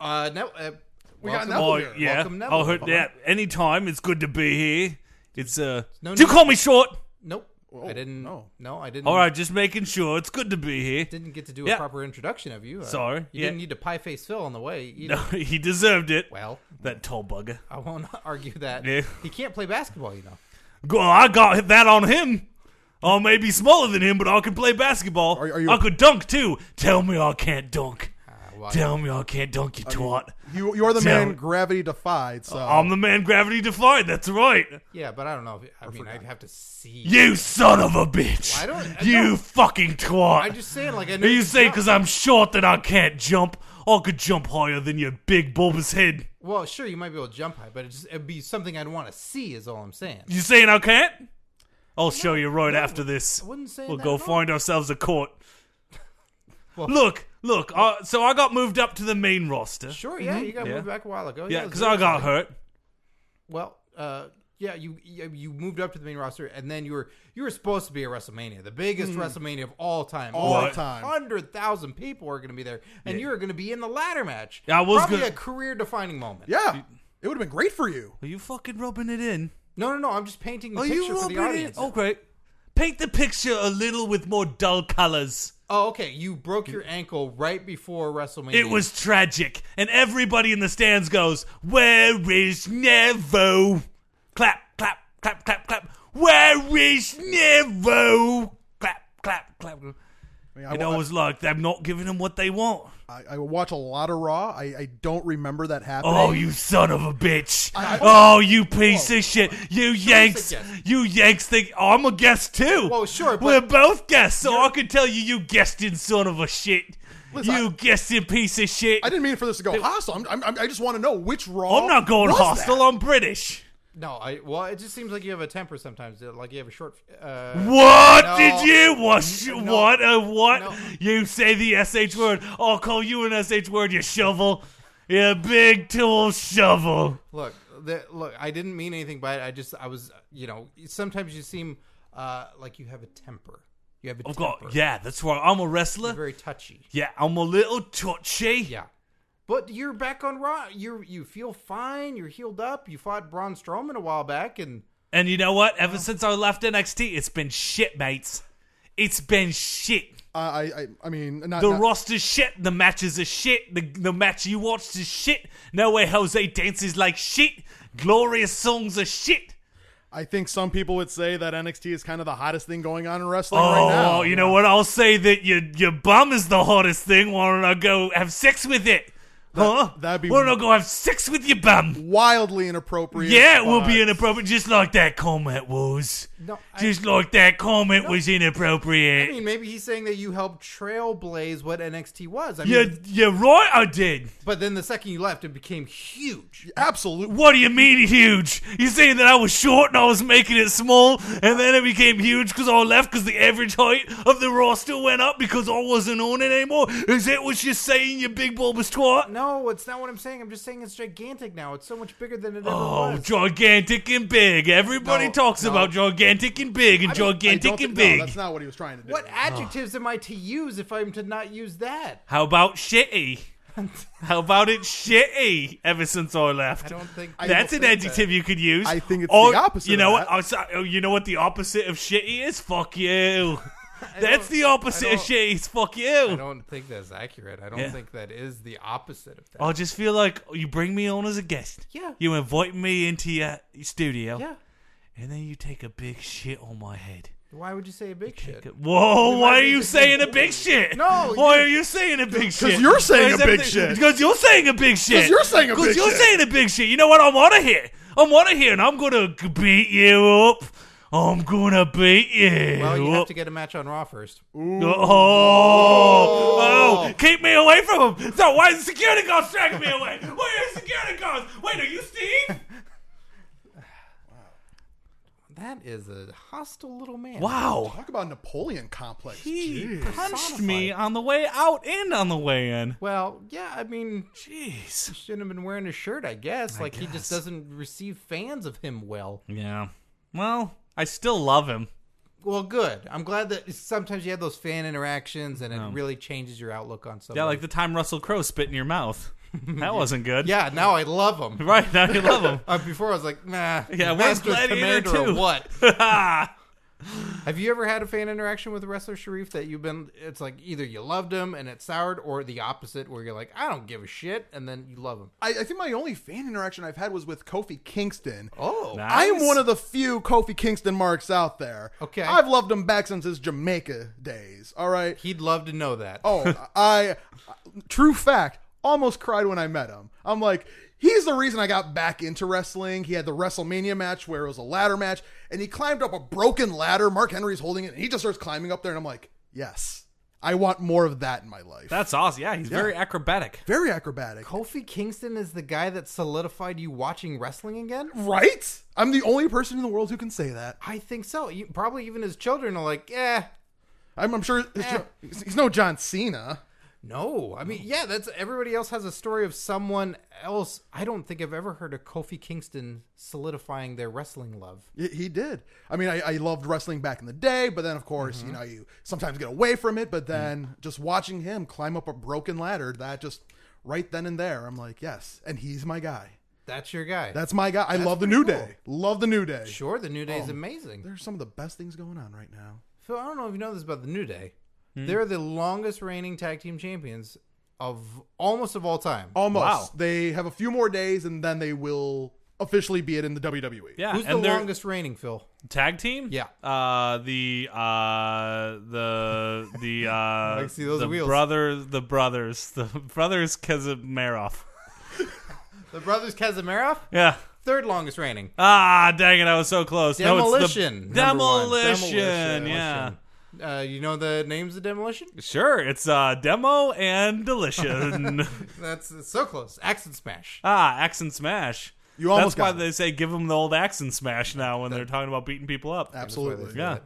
[SPEAKER 1] uh, Neville. Uh,
[SPEAKER 3] We got
[SPEAKER 1] welcome-
[SPEAKER 3] Neville
[SPEAKER 2] Oh,
[SPEAKER 3] here.
[SPEAKER 2] yeah.
[SPEAKER 1] Welcome, Neville.
[SPEAKER 2] Oh, heard, yeah. Anytime. It's good to be here. It's uh.
[SPEAKER 1] No
[SPEAKER 2] do you
[SPEAKER 1] need-
[SPEAKER 2] call me short?
[SPEAKER 1] Nope, I didn't.
[SPEAKER 3] no.
[SPEAKER 1] no, I didn't.
[SPEAKER 2] All right, just making sure. It's good to be here.
[SPEAKER 1] didn't get to do
[SPEAKER 2] Yeah.
[SPEAKER 1] a proper introduction of you. Uh,
[SPEAKER 2] Sorry.
[SPEAKER 1] you
[SPEAKER 2] Yeah.
[SPEAKER 1] didn't need to pie face Phil on the way. Either.
[SPEAKER 2] No, he deserved it.
[SPEAKER 1] Well,
[SPEAKER 2] That tall bugger.
[SPEAKER 1] I won't argue that.
[SPEAKER 2] Yeah.
[SPEAKER 1] He can't play basketball, you know.
[SPEAKER 2] Go, I got that on him. I may be smaller than him, but I can play basketball.
[SPEAKER 3] Are- are you-
[SPEAKER 2] I could dunk too. Tell me I can't dunk.
[SPEAKER 1] Ah, well, I-
[SPEAKER 2] Tell me I can't dunk, you twat.
[SPEAKER 3] You you are the
[SPEAKER 2] Tell-
[SPEAKER 3] man gravity defied. So
[SPEAKER 2] I'm the man gravity defied. That's right.
[SPEAKER 1] Yeah, but I don't know. If, I mean, I'd have to see.
[SPEAKER 2] You son of a bitch.
[SPEAKER 1] I don't- I
[SPEAKER 2] you
[SPEAKER 1] don't-
[SPEAKER 2] fucking twat.
[SPEAKER 1] I'm just saying, like, I know.
[SPEAKER 2] Are you saying
[SPEAKER 1] no.
[SPEAKER 2] because I'm short that I can't jump? I could jump higher than your big bulbous head.
[SPEAKER 1] Well, sure, you might be able to jump high, but it'd, just, it'd be something I'd want to see, is all I'm saying.
[SPEAKER 2] You saying I can't? I'll show you right after this.
[SPEAKER 1] I wouldn't say
[SPEAKER 2] We'll
[SPEAKER 1] that
[SPEAKER 2] go
[SPEAKER 1] at all.
[SPEAKER 2] find ourselves a court.
[SPEAKER 1] Well-
[SPEAKER 2] look, look. I, so I got moved up to the main roster.
[SPEAKER 1] Sure, yeah, you got
[SPEAKER 2] Mm-hmm. Yeah.
[SPEAKER 1] moved back a while ago.
[SPEAKER 2] Yeah,
[SPEAKER 1] that's
[SPEAKER 2] because I
[SPEAKER 1] right.
[SPEAKER 2] got hurt.
[SPEAKER 1] Well, uh, yeah, you you you moved up to the main roster, and then you were you were supposed to be at WrestleMania, the biggest WrestleMania of all time.
[SPEAKER 3] Hmm. All
[SPEAKER 1] Over
[SPEAKER 3] time.
[SPEAKER 1] hundred thousand people are going to be there, and you were going to be in the ladder match.
[SPEAKER 2] Yeah, I was
[SPEAKER 1] probably
[SPEAKER 2] gonna-
[SPEAKER 1] a career defining moment.
[SPEAKER 3] yeah, it would have been great for you.
[SPEAKER 2] Are you fucking rubbing it in?
[SPEAKER 1] No, no, no. I'm just painting the
[SPEAKER 3] Oh,
[SPEAKER 2] Are
[SPEAKER 1] picture
[SPEAKER 2] you
[SPEAKER 1] for
[SPEAKER 2] rubbing
[SPEAKER 1] the audience.
[SPEAKER 2] it in? Okay. Paint the picture a little with more dull colors.
[SPEAKER 1] Oh, okay. You broke your ankle right before WrestleMania.
[SPEAKER 2] It was tragic, and everybody in the stands goes, "Where is Nevo?" Clap, clap, clap, clap, clap. Where is Nevo? Clap, clap, clap.
[SPEAKER 3] I, mean, I
[SPEAKER 2] It
[SPEAKER 3] wa-
[SPEAKER 2] always like I'm not giving them what they want.
[SPEAKER 3] I, I watch a lot of Raw. I, I don't remember that happening.
[SPEAKER 2] Oh, you son of a bitch!
[SPEAKER 3] I-
[SPEAKER 2] Oh, you piece of shit! You Yanks!
[SPEAKER 1] guest.
[SPEAKER 2] You Yanks think oh, I'm a guest too.
[SPEAKER 1] Well, sure, but-
[SPEAKER 2] we're both guests, so I can tell you, you guesting son of a shit.
[SPEAKER 3] Listen,
[SPEAKER 2] you guesting piece of shit.
[SPEAKER 3] I didn't mean for this to go hostile. I'm, I'm, I'm- I just want to know which Raw.
[SPEAKER 2] I'm not going
[SPEAKER 3] was
[SPEAKER 2] hostile.
[SPEAKER 3] that.
[SPEAKER 2] I'm British.
[SPEAKER 1] no. I well, it just seems like you have a temper sometimes. Like you have a short. Uh,
[SPEAKER 2] What
[SPEAKER 1] No.
[SPEAKER 2] did you what you-
[SPEAKER 1] No.
[SPEAKER 2] what uh, what
[SPEAKER 1] No.
[SPEAKER 2] you say the sh word? I'll call you an sh word. You shovel, you big tool shovel.
[SPEAKER 1] look, the, look. I didn't mean anything by it. I just I was you know sometimes you seem uh, like you have a temper. You have a
[SPEAKER 2] I've
[SPEAKER 1] temper.
[SPEAKER 2] got yeah. That's right. I'm a
[SPEAKER 1] You're
[SPEAKER 2] wrestler.
[SPEAKER 1] very touchy.
[SPEAKER 2] Yeah, I'm a little touchy.
[SPEAKER 1] Yeah. But you're back on Raw. You you feel fine. You're healed up. You fought Braun Strowman a while back, and
[SPEAKER 2] And you know what? Ever since I left NXT, it's been shit, mates. It's been shit.
[SPEAKER 3] I, I, I mean, not,
[SPEAKER 2] The
[SPEAKER 3] not-
[SPEAKER 2] roster's shit. The matches are shit. The, the match you watched is shit. No way Jose dances like shit. Glorious songs are shit.
[SPEAKER 3] I think some people would say that NXT is kind of the hottest thing going on in wrestling
[SPEAKER 2] Oh,
[SPEAKER 3] right now.
[SPEAKER 2] you know what? I'll say that your your bum is the hottest thing. Why don't I go have sex with it? huh?
[SPEAKER 3] that'd be-
[SPEAKER 2] Why don't I go have sex with your bum?
[SPEAKER 3] Wildly inappropriate.
[SPEAKER 2] Yeah, it will be
[SPEAKER 3] but-
[SPEAKER 2] inappropriate, just like that comment was.
[SPEAKER 1] No, I-
[SPEAKER 2] just like that comment was inappropriate.
[SPEAKER 1] I mean maybe he's saying that you helped trailblaze what NXT was. I mean,
[SPEAKER 2] you're, you're right, I did.
[SPEAKER 1] but then the second you left, it became huge.
[SPEAKER 3] Absolutely.
[SPEAKER 2] What do you mean huge? You're saying that I was short and I was making it small, and then it became huge because I left because the average height of the roster went up because I wasn't on it anymore? Is that what you're saying, you big bulbous twat?
[SPEAKER 1] No, it's not what I'm saying. I'm just saying it's gigantic now. It's so much bigger than it ever
[SPEAKER 2] Oh,
[SPEAKER 1] was.
[SPEAKER 2] gigantic and big. Everybody
[SPEAKER 1] No,
[SPEAKER 2] talks
[SPEAKER 1] no.
[SPEAKER 2] about gigantic and big and
[SPEAKER 3] I don't- I don't
[SPEAKER 2] gigantic
[SPEAKER 3] think-
[SPEAKER 2] and
[SPEAKER 3] no,
[SPEAKER 2] big.
[SPEAKER 3] that's not what he was trying to do.
[SPEAKER 1] what adjectives am I to use if I'm to not use that?
[SPEAKER 2] How about shitty? How about it shitty ever since I left?
[SPEAKER 1] I don't think
[SPEAKER 2] That's
[SPEAKER 1] people
[SPEAKER 2] an
[SPEAKER 1] think that.
[SPEAKER 2] adjective you could use.
[SPEAKER 3] I think it's
[SPEAKER 2] Or-
[SPEAKER 3] the opposite
[SPEAKER 2] You
[SPEAKER 3] of
[SPEAKER 2] know
[SPEAKER 3] that.
[SPEAKER 2] what? I'm sorry. Oh, you know what the opposite of shitty is? Fuck you. That's the opposite of
[SPEAKER 1] don't-
[SPEAKER 2] shitty. Is fuck
[SPEAKER 1] I
[SPEAKER 2] you.
[SPEAKER 1] don't think that's accurate. I don't
[SPEAKER 2] Yeah. Oh.
[SPEAKER 1] think that is the opposite of that.
[SPEAKER 2] I just feel like you bring me on as a guest.
[SPEAKER 1] Yeah.
[SPEAKER 2] You invite me into your studio.
[SPEAKER 1] yeah.
[SPEAKER 2] And then you take a big shit on my head.
[SPEAKER 1] Why would you say a big shit?
[SPEAKER 2] Whoa,
[SPEAKER 1] We might
[SPEAKER 2] why are
[SPEAKER 1] be-
[SPEAKER 2] you saying a big shit?
[SPEAKER 1] No,
[SPEAKER 2] Why are you saying a big shit?
[SPEAKER 3] you're saying
[SPEAKER 2] Because
[SPEAKER 3] a big
[SPEAKER 2] everything-
[SPEAKER 3] shit.
[SPEAKER 2] Because you're saying a big shit.
[SPEAKER 3] you're saying a
[SPEAKER 2] Because
[SPEAKER 3] big
[SPEAKER 2] you're
[SPEAKER 3] shit.
[SPEAKER 2] saying a big shit. You know what? I'm out of here. I'm out of here and I'm going to beat you up. I'm going to beat you
[SPEAKER 1] Well, you have
[SPEAKER 2] up.
[SPEAKER 1] to get a match on Raw first.
[SPEAKER 2] Oh, oh, keep me away from him. So why is the security guard dragging me away? Where are the security guards? Wait, are you Steve?
[SPEAKER 1] That is a hostile little man.
[SPEAKER 2] Wow.
[SPEAKER 3] Talk about Napoleon complex.
[SPEAKER 2] He
[SPEAKER 3] Jeez.
[SPEAKER 2] punched me on the way out and on the way in.
[SPEAKER 1] Well, yeah, I mean,
[SPEAKER 2] Jeez.
[SPEAKER 1] shouldn't have been wearing a shirt, I guess. like, he just doesn't receive fans of him well.
[SPEAKER 2] Yeah. Well, I still love him.
[SPEAKER 1] Well, good. I'm glad that sometimes you have those fan interactions and it really changes your outlook on something.
[SPEAKER 2] Yeah, like the time Russell Crowe spit in your mouth. That wasn't good.
[SPEAKER 1] Yeah, now I love him.
[SPEAKER 2] Right, now you love him.
[SPEAKER 1] Uh, before I was like, nah.
[SPEAKER 2] Yeah, where's
[SPEAKER 1] Master
[SPEAKER 2] Gladiator
[SPEAKER 1] Commander or
[SPEAKER 2] 2?
[SPEAKER 1] what?
[SPEAKER 2] Ha!
[SPEAKER 1] Have you ever had a fan interaction with a wrestler, Sharif, that you've been, it's like either you loved him and it soured, or the opposite, where you're like, I don't give a shit, and then you love him.
[SPEAKER 3] I, I think my only fan interaction I've had was with Kofi Kingston.
[SPEAKER 1] Oh.
[SPEAKER 2] Nah.
[SPEAKER 3] I am
[SPEAKER 2] Nice.
[SPEAKER 3] one of the few Kofi Kingston marks out there.
[SPEAKER 1] Okay.
[SPEAKER 3] I've loved him back since his Jamaica days. All right.
[SPEAKER 1] He'd love to know that.
[SPEAKER 3] Oh, I true fact, almost cried when I met him. I'm like, he's the reason I got back into wrestling. He had the WrestleMania match where it was a ladder match, and he climbed up a broken ladder. Mark Henry's holding it, and he just starts climbing up there, and I'm like, yes, I want more of that in my life.
[SPEAKER 2] That's awesome. Yeah, he's very acrobatic.
[SPEAKER 3] Very acrobatic,
[SPEAKER 1] Kofi Kingston is the guy that solidified you watching wrestling again?
[SPEAKER 3] right? I'm the only person in the world who can say that.
[SPEAKER 1] I think so. You, probably even his children are like, eh,
[SPEAKER 3] I'm, I'm sure it's Jo- he's no John Cena.
[SPEAKER 1] no. I mean, yeah, that's everybody else has a story of someone else. I don't think I've ever heard of Kofi Kingston solidifying their wrestling love.
[SPEAKER 3] Y- He did. I mean, I, I loved wrestling back in the day, but then of course, you know, you sometimes get away from it. But then just watching him climb up a broken ladder, that just right then and there, I'm like, yes, and he's my guy.
[SPEAKER 1] That's your guy.
[SPEAKER 3] That's my guy. I love the New
[SPEAKER 1] pretty
[SPEAKER 3] Day. Love the New Day.
[SPEAKER 1] sure, the New Day
[SPEAKER 2] Oh.
[SPEAKER 1] is amazing.
[SPEAKER 3] There's some of the best things going on right now.
[SPEAKER 1] Phil, I don't know if you know this about the New Day.
[SPEAKER 2] Hmm?
[SPEAKER 1] They're the longest reigning tag team champions of almost of all time.
[SPEAKER 3] Almost.
[SPEAKER 2] Wow.
[SPEAKER 3] They have a few more days, and then they will officially be it in the E. WWE.
[SPEAKER 2] Yeah,
[SPEAKER 1] Who's the
[SPEAKER 2] and they're
[SPEAKER 1] longest reigning, Phil?
[SPEAKER 2] tag team.
[SPEAKER 1] Yeah.
[SPEAKER 2] uh, the uh, the the uh,
[SPEAKER 1] see those
[SPEAKER 2] the
[SPEAKER 1] wheels.
[SPEAKER 2] brothers, the brothers, the brothers Kazimirov.
[SPEAKER 1] The brothers Kazimirov?
[SPEAKER 2] Yeah.
[SPEAKER 1] Third longest reigning.
[SPEAKER 2] Ah, dang it! I was so close.
[SPEAKER 1] Demolition.
[SPEAKER 2] No,
[SPEAKER 1] number one.
[SPEAKER 2] it's the demolition. Yeah.
[SPEAKER 1] Uh, you know the names of demolition?
[SPEAKER 2] Sure, it's uh, demo and delition.
[SPEAKER 1] That's it's so close. Accent smash.
[SPEAKER 2] ah, accent smash.
[SPEAKER 3] You almost
[SPEAKER 2] That's why
[SPEAKER 3] got it.
[SPEAKER 2] they say give them the old accent smash now when they're talking about beating people up.
[SPEAKER 3] Absolutely.
[SPEAKER 2] Yeah.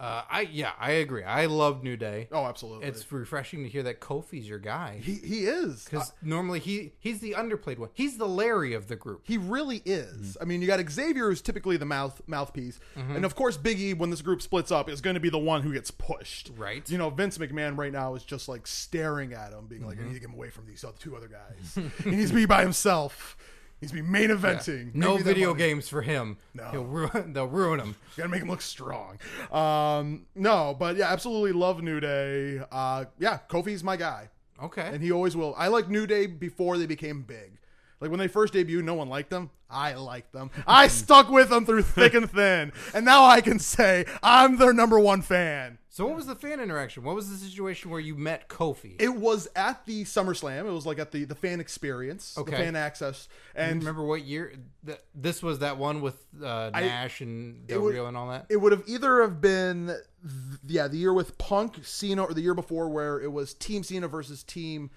[SPEAKER 1] Uh, I yeah, I agree. I love New Day.
[SPEAKER 3] Oh, absolutely.
[SPEAKER 1] It's refreshing to hear that Kofi's your guy
[SPEAKER 3] he, he is.
[SPEAKER 1] because normally he he's the underplayed one. He's the Larry of the group.
[SPEAKER 3] He really is.
[SPEAKER 1] Mm-hmm.
[SPEAKER 3] I mean, you got Xavier, who's typically the mouth mouthpiece, and of course, Big E, when this group splits up, is going to be the one who gets pushed.
[SPEAKER 1] Right.
[SPEAKER 3] You know, Vince McMahon right now is just like staring at him, being like,
[SPEAKER 1] Mm-hmm.
[SPEAKER 3] "I need to get him away from these other two other guys. he needs to be by himself. He needs to be main eventing.
[SPEAKER 1] No
[SPEAKER 3] Maybe that
[SPEAKER 1] video
[SPEAKER 3] money-
[SPEAKER 1] games for him.
[SPEAKER 3] No.
[SPEAKER 1] He'll ruin, they'll ruin him.
[SPEAKER 3] Gotta make him look strong. Um, no, but yeah, absolutely love New Day. Uh, yeah, Kofi's my guy,
[SPEAKER 1] Okay.
[SPEAKER 3] and he always will. I like New Day before they became big. Like when they first debuted, no one liked them. I liked them. I stuck with them through thick and thin, and now I can say I'm their number one fan.
[SPEAKER 1] so what was the fan interaction? What was the situation where you met Kofi?
[SPEAKER 3] It was at the SummerSlam. It was like at the the fan experience,
[SPEAKER 1] Okay.
[SPEAKER 3] the fan access, and
[SPEAKER 1] Remember what year? Th- this was that one with uh, Nash and Del
[SPEAKER 3] would-
[SPEAKER 1] Rio and all that.
[SPEAKER 3] it would have either have been th- yeah the year with Punk Cena or the year before where it was Team Cena versus Team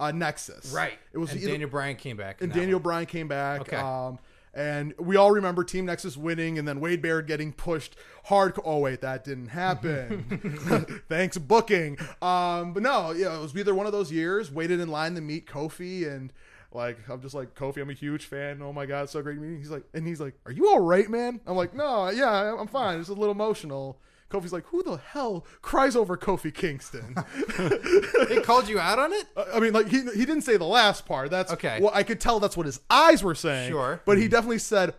[SPEAKER 3] uh, Nexus. It was
[SPEAKER 1] and
[SPEAKER 3] either,
[SPEAKER 1] Daniel Bryan came back. in
[SPEAKER 3] and
[SPEAKER 1] that
[SPEAKER 3] Daniel Bryan came back.
[SPEAKER 1] Okay.
[SPEAKER 3] Um, and we all remember Team Nexus winning, and then Wade Barrett getting pushed hard. Oh wait, that didn't happen. Thanks booking. Um, but no, yeah, it was either one of those years. Waited in line to meet Kofi, and like I'm just like Kofi, I'm a huge fan. Oh my god, it's so great meeting. you." He's like, and he's like, are you all right, man? I'm like, no, yeah, I'm fine. It's a little emotional. Kofi's like, who the hell cries over Kofi Kingston?
[SPEAKER 1] They called you out on it?
[SPEAKER 3] Uh, I mean, like he he didn't say the last part. That's
[SPEAKER 1] Okay.
[SPEAKER 3] Well, I could tell that's what his eyes were saying.
[SPEAKER 1] Sure.
[SPEAKER 3] But he definitely said,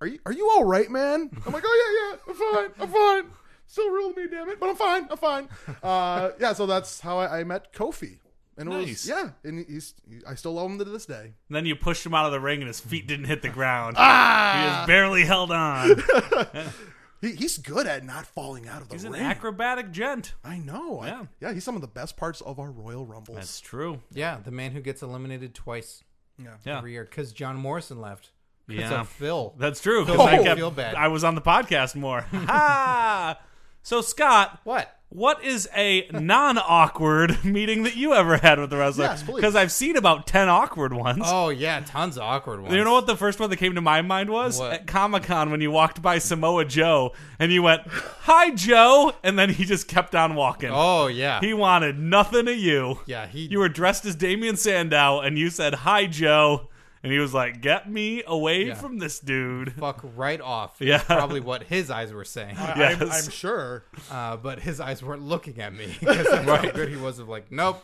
[SPEAKER 3] "Are you are you all right, man?" I'm like, "Oh yeah, yeah, I'm fine, I'm fine." Still real to me, damn it, but I'm fine, I'm fine. Uh, yeah, so that's how I, I met Kofi, and it
[SPEAKER 2] Nice.
[SPEAKER 3] was yeah, and he's he, I still love him to this day.
[SPEAKER 2] And then you pushed him out of the ring, and his feet didn't hit the ground. Ah! He just barely held on.
[SPEAKER 3] He, he's good at not falling out of the
[SPEAKER 2] He's an
[SPEAKER 3] ring.
[SPEAKER 2] acrobatic gent.
[SPEAKER 3] I know. I-
[SPEAKER 2] Yeah.
[SPEAKER 3] yeah, he's some of the best parts of our Royal Rumbles.
[SPEAKER 2] That's true.
[SPEAKER 1] Yeah, the man who gets eliminated twice
[SPEAKER 3] yeah.
[SPEAKER 2] Yeah.
[SPEAKER 1] every year because John Morrison left. Because
[SPEAKER 2] Yeah.
[SPEAKER 1] of Phil.
[SPEAKER 2] That's true. 'cause
[SPEAKER 1] Feel
[SPEAKER 2] I,
[SPEAKER 1] bad.
[SPEAKER 2] kept,
[SPEAKER 1] Feel bad.
[SPEAKER 2] I was on the podcast more. ha! So Scott,
[SPEAKER 1] What?
[SPEAKER 2] what is a non-awkward meeting that you ever had with the wrestler?
[SPEAKER 3] Yes, please.
[SPEAKER 2] Because I've seen about ten awkward ones.
[SPEAKER 1] Oh yeah, tons of awkward ones.
[SPEAKER 2] You know what the first one that came to my mind was
[SPEAKER 1] What?
[SPEAKER 2] at Comic Con when you walked by Samoa Joe and you went, "Hi, Joe," and then he just kept on walking.
[SPEAKER 1] Oh yeah.
[SPEAKER 2] He wanted nothing of you.
[SPEAKER 1] yeah, he
[SPEAKER 2] You were dressed as Damian Sandow and you said, "Hi, Joe," and he was like, "Get me away
[SPEAKER 1] Yeah.
[SPEAKER 2] from this dude."
[SPEAKER 1] fuck right off. is
[SPEAKER 2] Yeah.
[SPEAKER 1] Probably what his eyes were saying.
[SPEAKER 2] Yes.
[SPEAKER 3] I'm, I'm sure.
[SPEAKER 1] Uh, but his eyes weren't looking at me because that's how good he was of like, nope.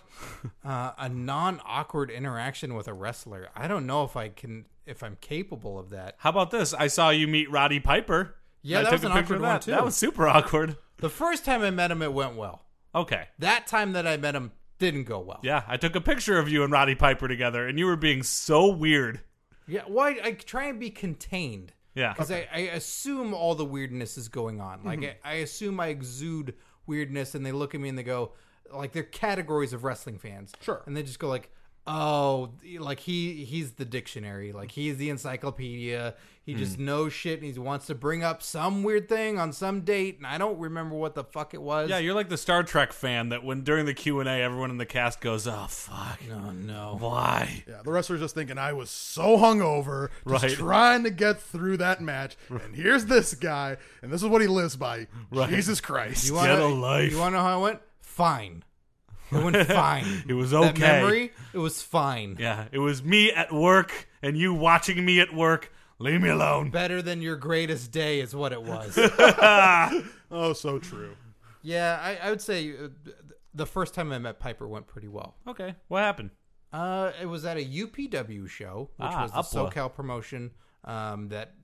[SPEAKER 1] Uh, a non awkward interaction with a wrestler. I don't know if I can if I'm capable of that.
[SPEAKER 2] How about this? I saw you meet Roddy Piper.
[SPEAKER 1] Yeah,
[SPEAKER 2] I
[SPEAKER 1] that
[SPEAKER 2] took
[SPEAKER 1] was
[SPEAKER 2] a
[SPEAKER 1] an
[SPEAKER 2] picture
[SPEAKER 1] awkward
[SPEAKER 2] of
[SPEAKER 1] one,
[SPEAKER 2] that.
[SPEAKER 1] too.
[SPEAKER 2] That was super awkward.
[SPEAKER 1] The first time I met him it went well.
[SPEAKER 2] Okay.
[SPEAKER 1] That time that I met him didn't go well.
[SPEAKER 2] Yeah, I took a picture of you and Roddy Piper together, and you were being so weird.
[SPEAKER 1] Yeah, well, I, I try and be contained
[SPEAKER 2] Yeah.
[SPEAKER 1] because I, I assume all the weirdness is going on. Like
[SPEAKER 2] Mm-hmm.
[SPEAKER 1] I, I assume I exude weirdness, and they look at me and they go, like they're categories of wrestling fans.
[SPEAKER 3] Sure.
[SPEAKER 1] and they just go like, oh, like he he's the dictionary, like he's the encyclopedia. He just
[SPEAKER 2] Mm.
[SPEAKER 1] knows shit, and he wants to bring up some weird thing on some date, and I don't remember what the fuck it was.
[SPEAKER 2] Yeah, you're like the Star Trek fan that when during the Q and A, everyone in the cast goes, "Oh fuck,
[SPEAKER 1] oh no.
[SPEAKER 2] why?"
[SPEAKER 3] Yeah, the wrestler's just thinking I was so hungover, just
[SPEAKER 2] Right.
[SPEAKER 3] trying to get through that match, and here's this guy, and this is what he lives by. Jesus Christ!
[SPEAKER 1] You want
[SPEAKER 2] Get
[SPEAKER 1] to
[SPEAKER 2] a life.
[SPEAKER 1] You want to know how it went? Fine. It went fine.
[SPEAKER 2] It was
[SPEAKER 1] That
[SPEAKER 2] okay.
[SPEAKER 1] memory, it was fine.
[SPEAKER 2] Yeah, it was me at work and you watching me at work. Leave me alone.
[SPEAKER 1] better than your greatest day is what it was.
[SPEAKER 3] oh, so true.
[SPEAKER 1] yeah, I, I would say uh, the first time I met Piper went pretty well.
[SPEAKER 2] Okay, what happened?
[SPEAKER 1] Uh, it was at a UPW show, which
[SPEAKER 2] Ah,
[SPEAKER 1] was the
[SPEAKER 2] Upwa.
[SPEAKER 1] SoCal promotion um, that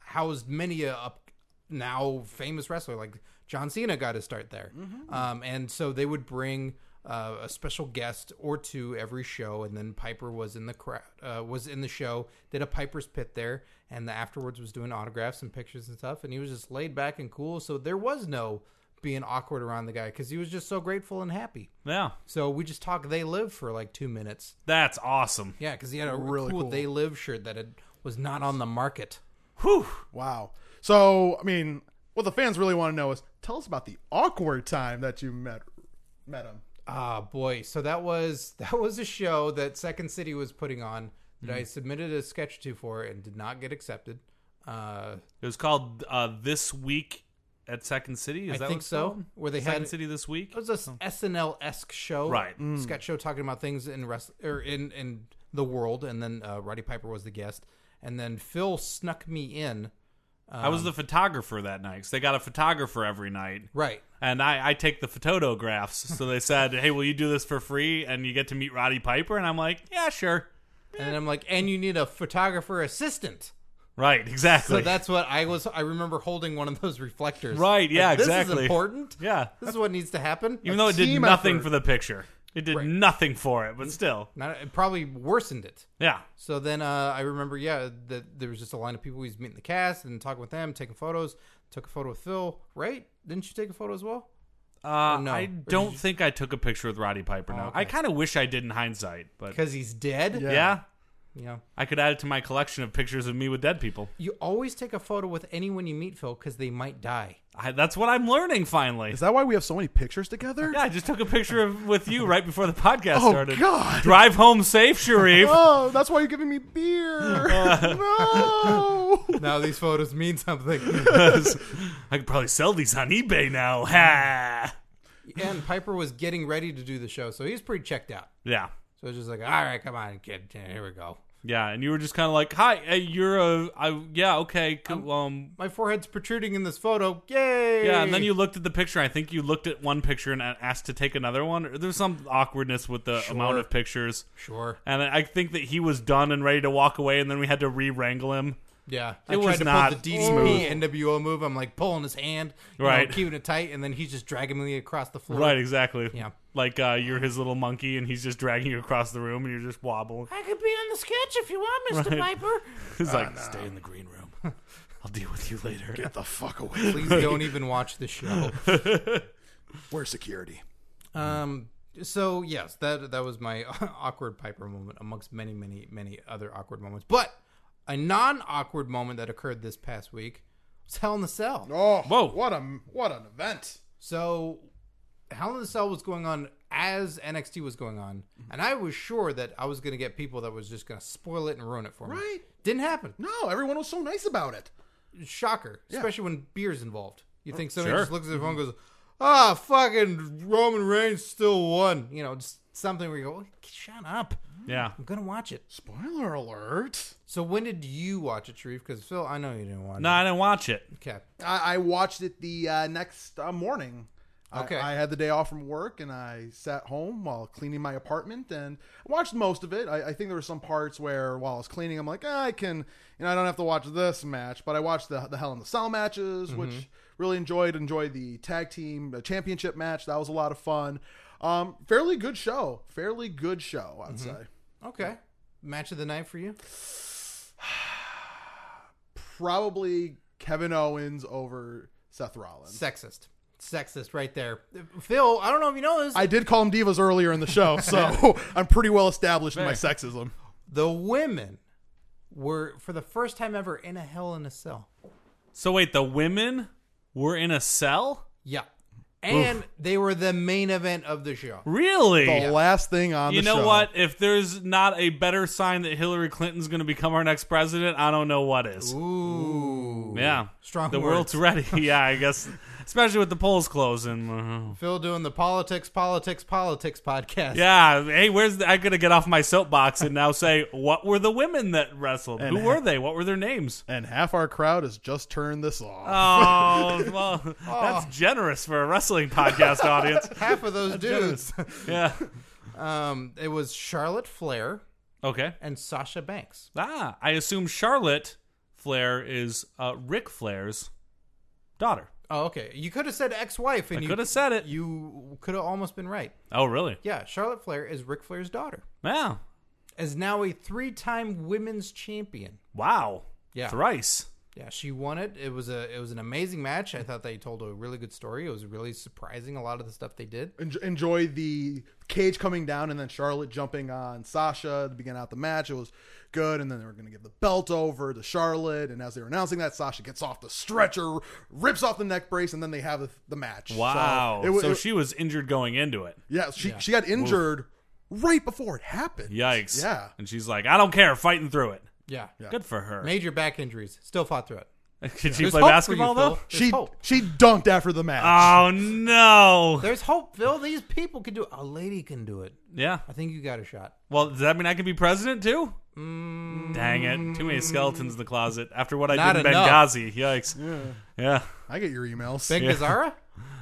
[SPEAKER 1] housed many a up now famous wrestler like John Cena got his start there, um, and so they would bring. Uh, a special guest or two every show, and then Piper was in the crowd, uh, was in the show, did a Piper's Pit there, and the afterwards was doing autographs and pictures and stuff, and he was just laid back and cool, so there was no being awkward around the guy because he was just so grateful and happy.
[SPEAKER 2] Yeah,
[SPEAKER 1] So we just talked. They live for like two minutes,
[SPEAKER 2] that's awesome.
[SPEAKER 1] yeah, because he had a
[SPEAKER 3] Really
[SPEAKER 1] really cool,
[SPEAKER 3] cool.
[SPEAKER 1] They Live shirt that had, was not on the market.
[SPEAKER 2] Whew.
[SPEAKER 3] Wow. So, I mean, what the fans really want to know is, tell us about the awkward time that you met met him.
[SPEAKER 1] Ah, boy. So that was that was a show that Second City was putting on that
[SPEAKER 2] Mm.
[SPEAKER 1] I submitted a sketch to for and did not get accepted. Uh,
[SPEAKER 2] It was called uh, this week at Second City. Is
[SPEAKER 1] I
[SPEAKER 2] that what
[SPEAKER 1] think
[SPEAKER 2] it's
[SPEAKER 1] so.
[SPEAKER 2] called?
[SPEAKER 1] Where they
[SPEAKER 2] Second
[SPEAKER 1] had
[SPEAKER 2] City this week.
[SPEAKER 1] it was a SNL esque show,
[SPEAKER 2] Right. Mm.
[SPEAKER 1] Sketch show talking about things in wrest or in in the world, and then uh, Roddy Piper was the guest, and then Phil snuck me in.
[SPEAKER 2] I
[SPEAKER 1] Um,
[SPEAKER 2] was the photographer that night. 'cause they got a photographer every night.
[SPEAKER 1] Right.
[SPEAKER 2] And I, I take the photographs. So they said, hey, will you do this for free? And you get to meet Roddy Piper. And I'm like, yeah, sure.
[SPEAKER 1] And I'm like, and you need a photographer assistant.
[SPEAKER 2] Right, exactly.
[SPEAKER 1] So that's what I was. I remember holding one of those reflectors.
[SPEAKER 2] Right, yeah,
[SPEAKER 1] Like, This
[SPEAKER 2] exactly.
[SPEAKER 1] is important.
[SPEAKER 2] Yeah.
[SPEAKER 1] This is what needs to happen.
[SPEAKER 2] Even though it did
[SPEAKER 3] team
[SPEAKER 2] nothing
[SPEAKER 3] effort.
[SPEAKER 2] for the picture, it did
[SPEAKER 1] Right.
[SPEAKER 2] nothing for it, but still.
[SPEAKER 1] Not, it probably worsened it.
[SPEAKER 2] Yeah.
[SPEAKER 1] So then uh, I remember, yeah, that there was just a line of people who was meeting the cast and talking with them, taking photos. Took a photo with Phil, right? Didn't you take a photo as well?
[SPEAKER 2] Uh,
[SPEAKER 3] Oh,
[SPEAKER 1] no. Or
[SPEAKER 2] I
[SPEAKER 1] did
[SPEAKER 2] don't think I took a picture with Roddy Piper now. I kind of wish I did in hindsight, but
[SPEAKER 1] Because he's dead.
[SPEAKER 2] yeah.
[SPEAKER 1] You know,
[SPEAKER 2] I could add it to my collection of pictures of me with dead people.
[SPEAKER 1] you always take a photo with anyone you meet, Phil, because they might die.
[SPEAKER 2] I, that's what I'm learning finally.
[SPEAKER 3] Is that why we have so many pictures together?
[SPEAKER 2] Yeah, I just took a picture of, with you right before the podcast
[SPEAKER 3] Oh,
[SPEAKER 2] started.
[SPEAKER 3] God.
[SPEAKER 2] Drive home safe, Sharif.
[SPEAKER 3] Oh, that's why you're giving me beer. no.
[SPEAKER 1] Now these photos mean something.
[SPEAKER 2] I could probably sell these on eBay now. Ha!
[SPEAKER 1] and Piper was getting ready to do the show, so he was pretty checked out.
[SPEAKER 2] Yeah.
[SPEAKER 1] So it's just like, all right, come on, kid, here we go.
[SPEAKER 2] Yeah, and you were just kind of like, "Hi, uh, you're a, I, yeah, okay, cool, um,
[SPEAKER 1] My forehead's protruding in this photo. Yay!
[SPEAKER 2] yeah." And then you looked at the picture. I think you looked at one picture and asked to take another one. Or There's some awkwardness with the amount of pictures,
[SPEAKER 1] sure.
[SPEAKER 2] and I I think that he was done and ready to walk away, and then we had to re wrangle him.
[SPEAKER 1] Yeah,
[SPEAKER 2] It
[SPEAKER 1] I
[SPEAKER 2] was
[SPEAKER 1] tried to
[SPEAKER 2] not
[SPEAKER 1] pull the DDP NWO move. I'm like pulling his hand, you know,
[SPEAKER 2] Right.
[SPEAKER 1] keeping it tight, and then he's just dragging me across the floor.
[SPEAKER 2] Right, exactly.
[SPEAKER 1] Yeah.
[SPEAKER 2] like uh, you're his little monkey, and he's just dragging you across the room, and you're just wobbling.
[SPEAKER 1] I could be on the sketch if you want, Mister
[SPEAKER 2] Right.
[SPEAKER 1] Piper.
[SPEAKER 2] He's like, "Stay in the green room. I'll deal with you later."
[SPEAKER 3] Get the fuck away.
[SPEAKER 1] Please don't even watch the show.
[SPEAKER 3] Where's security?
[SPEAKER 1] Um. So yes, that that was my awkward Piper moment amongst many, many, many other awkward moments. But a non-awkward moment that occurred this past week was Hell in the Cell.
[SPEAKER 3] Oh,
[SPEAKER 2] Whoa.
[SPEAKER 3] What a what an event.
[SPEAKER 1] So Hell in the Cell was going on as NXT was going on, and I was sure that I was going to get people that was just going to spoil it and ruin it for me.
[SPEAKER 3] Right.
[SPEAKER 1] Didn't happen.
[SPEAKER 3] No, everyone was so nice about it.
[SPEAKER 1] Shocker, especially when beer's involved. You think somebody
[SPEAKER 2] sure.
[SPEAKER 1] just looks at their phone and goes, "Ah, fucking Roman Reigns still won." You know, just something where you go, "Shut up."
[SPEAKER 2] Yeah.
[SPEAKER 1] I'm gonna watch it.
[SPEAKER 3] Spoiler alert.
[SPEAKER 1] So when did you watch it, Sharif? Because Phil, I know you didn't watch
[SPEAKER 2] No, I didn't watch it.
[SPEAKER 1] it. Okay.
[SPEAKER 3] I, I watched it the uh, next uh, morning. I-
[SPEAKER 1] Okay.
[SPEAKER 3] I, had the day off from work and I sat home while cleaning my apartment and watched most of it. I, I think there were some parts where while I was cleaning, I'm like, "Ah, I can, you know, I don't have to watch this match, but I watched the, the Hell in the Cell matches, which really enjoyed. Enjoyed the tag team uh, championship match. That was a lot of fun. Um, fairly good show. Fairly good show, I'd say.
[SPEAKER 1] Okay. Match of the night for you?
[SPEAKER 3] Probably Kevin Owens over Seth Rollins.
[SPEAKER 1] Sexist. Sexist right there. Phil, I don't know if you know this.
[SPEAKER 3] I did call them divas earlier in the show, so I'm pretty well established in my
[SPEAKER 2] Fair.
[SPEAKER 3] sexism.
[SPEAKER 1] the women were for the first time ever in a hell in a cell.
[SPEAKER 2] So wait, the women were in a cell?
[SPEAKER 1] Yeah. And they were the main event of the show.
[SPEAKER 2] Really?
[SPEAKER 3] The last thing on
[SPEAKER 2] you
[SPEAKER 3] the
[SPEAKER 2] know
[SPEAKER 3] show.
[SPEAKER 2] what? If there's not a better sign that Hillary Clinton's going to become our next president, I don't know what is.
[SPEAKER 1] Ooh.
[SPEAKER 2] yeah.
[SPEAKER 1] Strong
[SPEAKER 2] The
[SPEAKER 1] words.
[SPEAKER 2] world's ready. yeah, I guess. Especially with the polls closing. Uh,
[SPEAKER 1] Phil doing the politics, politics, politics podcast.
[SPEAKER 2] Yeah. Hey, where's the, I got to get off my soapbox and now say what were the women that wrestled? Who were they? What were their names?
[SPEAKER 3] And half our crowd has just turned this off.
[SPEAKER 2] Oh, well, that's generous for a wrestling podcast audience.
[SPEAKER 1] Half of those dudes.
[SPEAKER 2] Yeah.
[SPEAKER 1] um, it was Charlotte Flair
[SPEAKER 2] Okay.
[SPEAKER 1] and Sasha Banks.
[SPEAKER 2] Ah, I assume Charlotte Flair is uh, Rick Flair's daughter.
[SPEAKER 1] Oh, okay. You could have said ex-wife, and
[SPEAKER 2] I
[SPEAKER 1] you
[SPEAKER 2] could have said it.
[SPEAKER 1] You could have almost been right.
[SPEAKER 2] Oh, really?
[SPEAKER 1] Yeah, Charlotte Flair is Ric Flair's daughter,
[SPEAKER 2] Yeah.
[SPEAKER 1] is now a three-time women's champion.
[SPEAKER 2] Wow.
[SPEAKER 1] Yeah.
[SPEAKER 2] Thrice.
[SPEAKER 1] Yeah, she won it. It was a it was an amazing match. I thought they told a really good story. It was really surprising a lot of the stuff they did.
[SPEAKER 2] Uh,
[SPEAKER 3] En- enjoy the cage coming down and then Charlotte jumping on Sasha to begin out the match. It was good, and then they were going to give the belt over to Charlotte. And as they were announcing that, Sasha gets off the stretcher, rips off the neck brace, and then they have the, the match.
[SPEAKER 2] Wow.
[SPEAKER 3] So, it
[SPEAKER 2] So,
[SPEAKER 3] wa- it-
[SPEAKER 2] she was injured going into it.
[SPEAKER 3] yeah, she she got injured right before it happened.
[SPEAKER 2] Yikes.
[SPEAKER 3] Yeah.
[SPEAKER 2] And she's like, I don't care, fighting through it.
[SPEAKER 1] Yeah,
[SPEAKER 2] Good for her.
[SPEAKER 1] major back injuries, still fought through it.
[SPEAKER 2] Could she
[SPEAKER 1] There's
[SPEAKER 2] play
[SPEAKER 1] hope for
[SPEAKER 2] basketball,
[SPEAKER 1] you,
[SPEAKER 2] though?
[SPEAKER 1] Phil. There's
[SPEAKER 3] She
[SPEAKER 1] hope.
[SPEAKER 3] she dunked after the match.
[SPEAKER 2] Oh, no.
[SPEAKER 1] There's hope, Phil. These people can do it. A lady can do it.
[SPEAKER 2] Yeah.
[SPEAKER 1] I think you got a shot.
[SPEAKER 2] Well, does that mean I can be president, too? Dang it. Too many skeletons in the closet. After what I
[SPEAKER 1] Not
[SPEAKER 2] did in
[SPEAKER 1] enough.
[SPEAKER 2] Benghazi. Yikes. Yeah.
[SPEAKER 3] I get your emails.
[SPEAKER 1] Big Bizarra?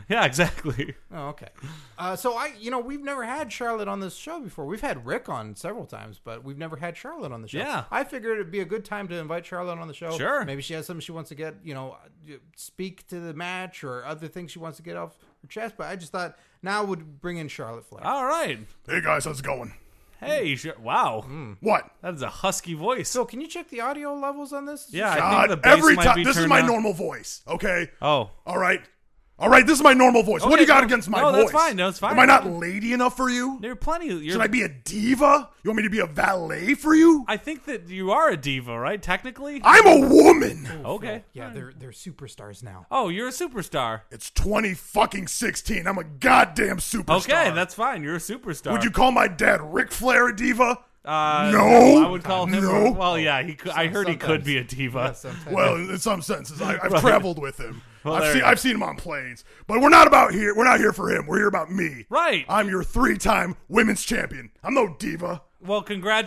[SPEAKER 2] Yeah, exactly.
[SPEAKER 1] Oh, okay. Uh, so I, you know, we've never had Charlotte on this show before. We've had Rick on several times, but we've never had Charlotte on the show.
[SPEAKER 2] Yeah.
[SPEAKER 1] I figured it'd be a good time to invite Charlotte on the show.
[SPEAKER 2] Sure.
[SPEAKER 1] Maybe she has something she wants to get, you know, uh, speak to the match or other things she wants to get off her chest. But I just thought now would bring in Charlotte Flair.
[SPEAKER 2] All right.
[SPEAKER 3] Hey guys, how's it going?
[SPEAKER 2] Hey, sh- wow.
[SPEAKER 3] What?
[SPEAKER 2] That is a husky voice.
[SPEAKER 1] so can you check the audio levels on this?
[SPEAKER 2] yeah, I think
[SPEAKER 3] God,
[SPEAKER 2] the bass
[SPEAKER 3] every
[SPEAKER 2] might
[SPEAKER 3] time.
[SPEAKER 2] be
[SPEAKER 3] This is
[SPEAKER 2] turned
[SPEAKER 3] my
[SPEAKER 2] down.
[SPEAKER 3] normal voice. Okay.
[SPEAKER 2] Oh,
[SPEAKER 3] All right. All right. This is my normal voice. what do you
[SPEAKER 2] Okay,
[SPEAKER 3] got
[SPEAKER 2] no,
[SPEAKER 3] against my
[SPEAKER 2] no,
[SPEAKER 3] voice?
[SPEAKER 2] that's fine, no, it's fine.
[SPEAKER 3] Am I not lady enough for you?
[SPEAKER 2] there are plenty. Of, you're,
[SPEAKER 3] Should I be a diva? You want me to be a valet for you?
[SPEAKER 2] I think that you are a diva, right? Technically.
[SPEAKER 3] I'm a woman.
[SPEAKER 2] okay.
[SPEAKER 1] Yeah, they're they're superstars now.
[SPEAKER 2] Oh, you're a superstar.
[SPEAKER 3] It's twenty fucking sixteen. I'm a goddamn superstar.
[SPEAKER 2] Okay, that's fine. You're a superstar.
[SPEAKER 3] Would you call my dad Ric Flair a diva?
[SPEAKER 2] Uh,
[SPEAKER 3] No.
[SPEAKER 2] I would call him.
[SPEAKER 3] No.
[SPEAKER 2] Well, yeah. He. Could, I heard he
[SPEAKER 1] Sometimes.
[SPEAKER 2] could be a diva.
[SPEAKER 1] Sometimes.
[SPEAKER 3] Well, in some senses, I, I've traveled with him.
[SPEAKER 2] there
[SPEAKER 3] I've, seen,
[SPEAKER 2] you go.
[SPEAKER 3] I've seen him on planes, but we're not about here. We're not here for him. We're here about me.
[SPEAKER 2] Right.
[SPEAKER 3] I'm your three-time women's champion. I'm no diva.
[SPEAKER 2] Well,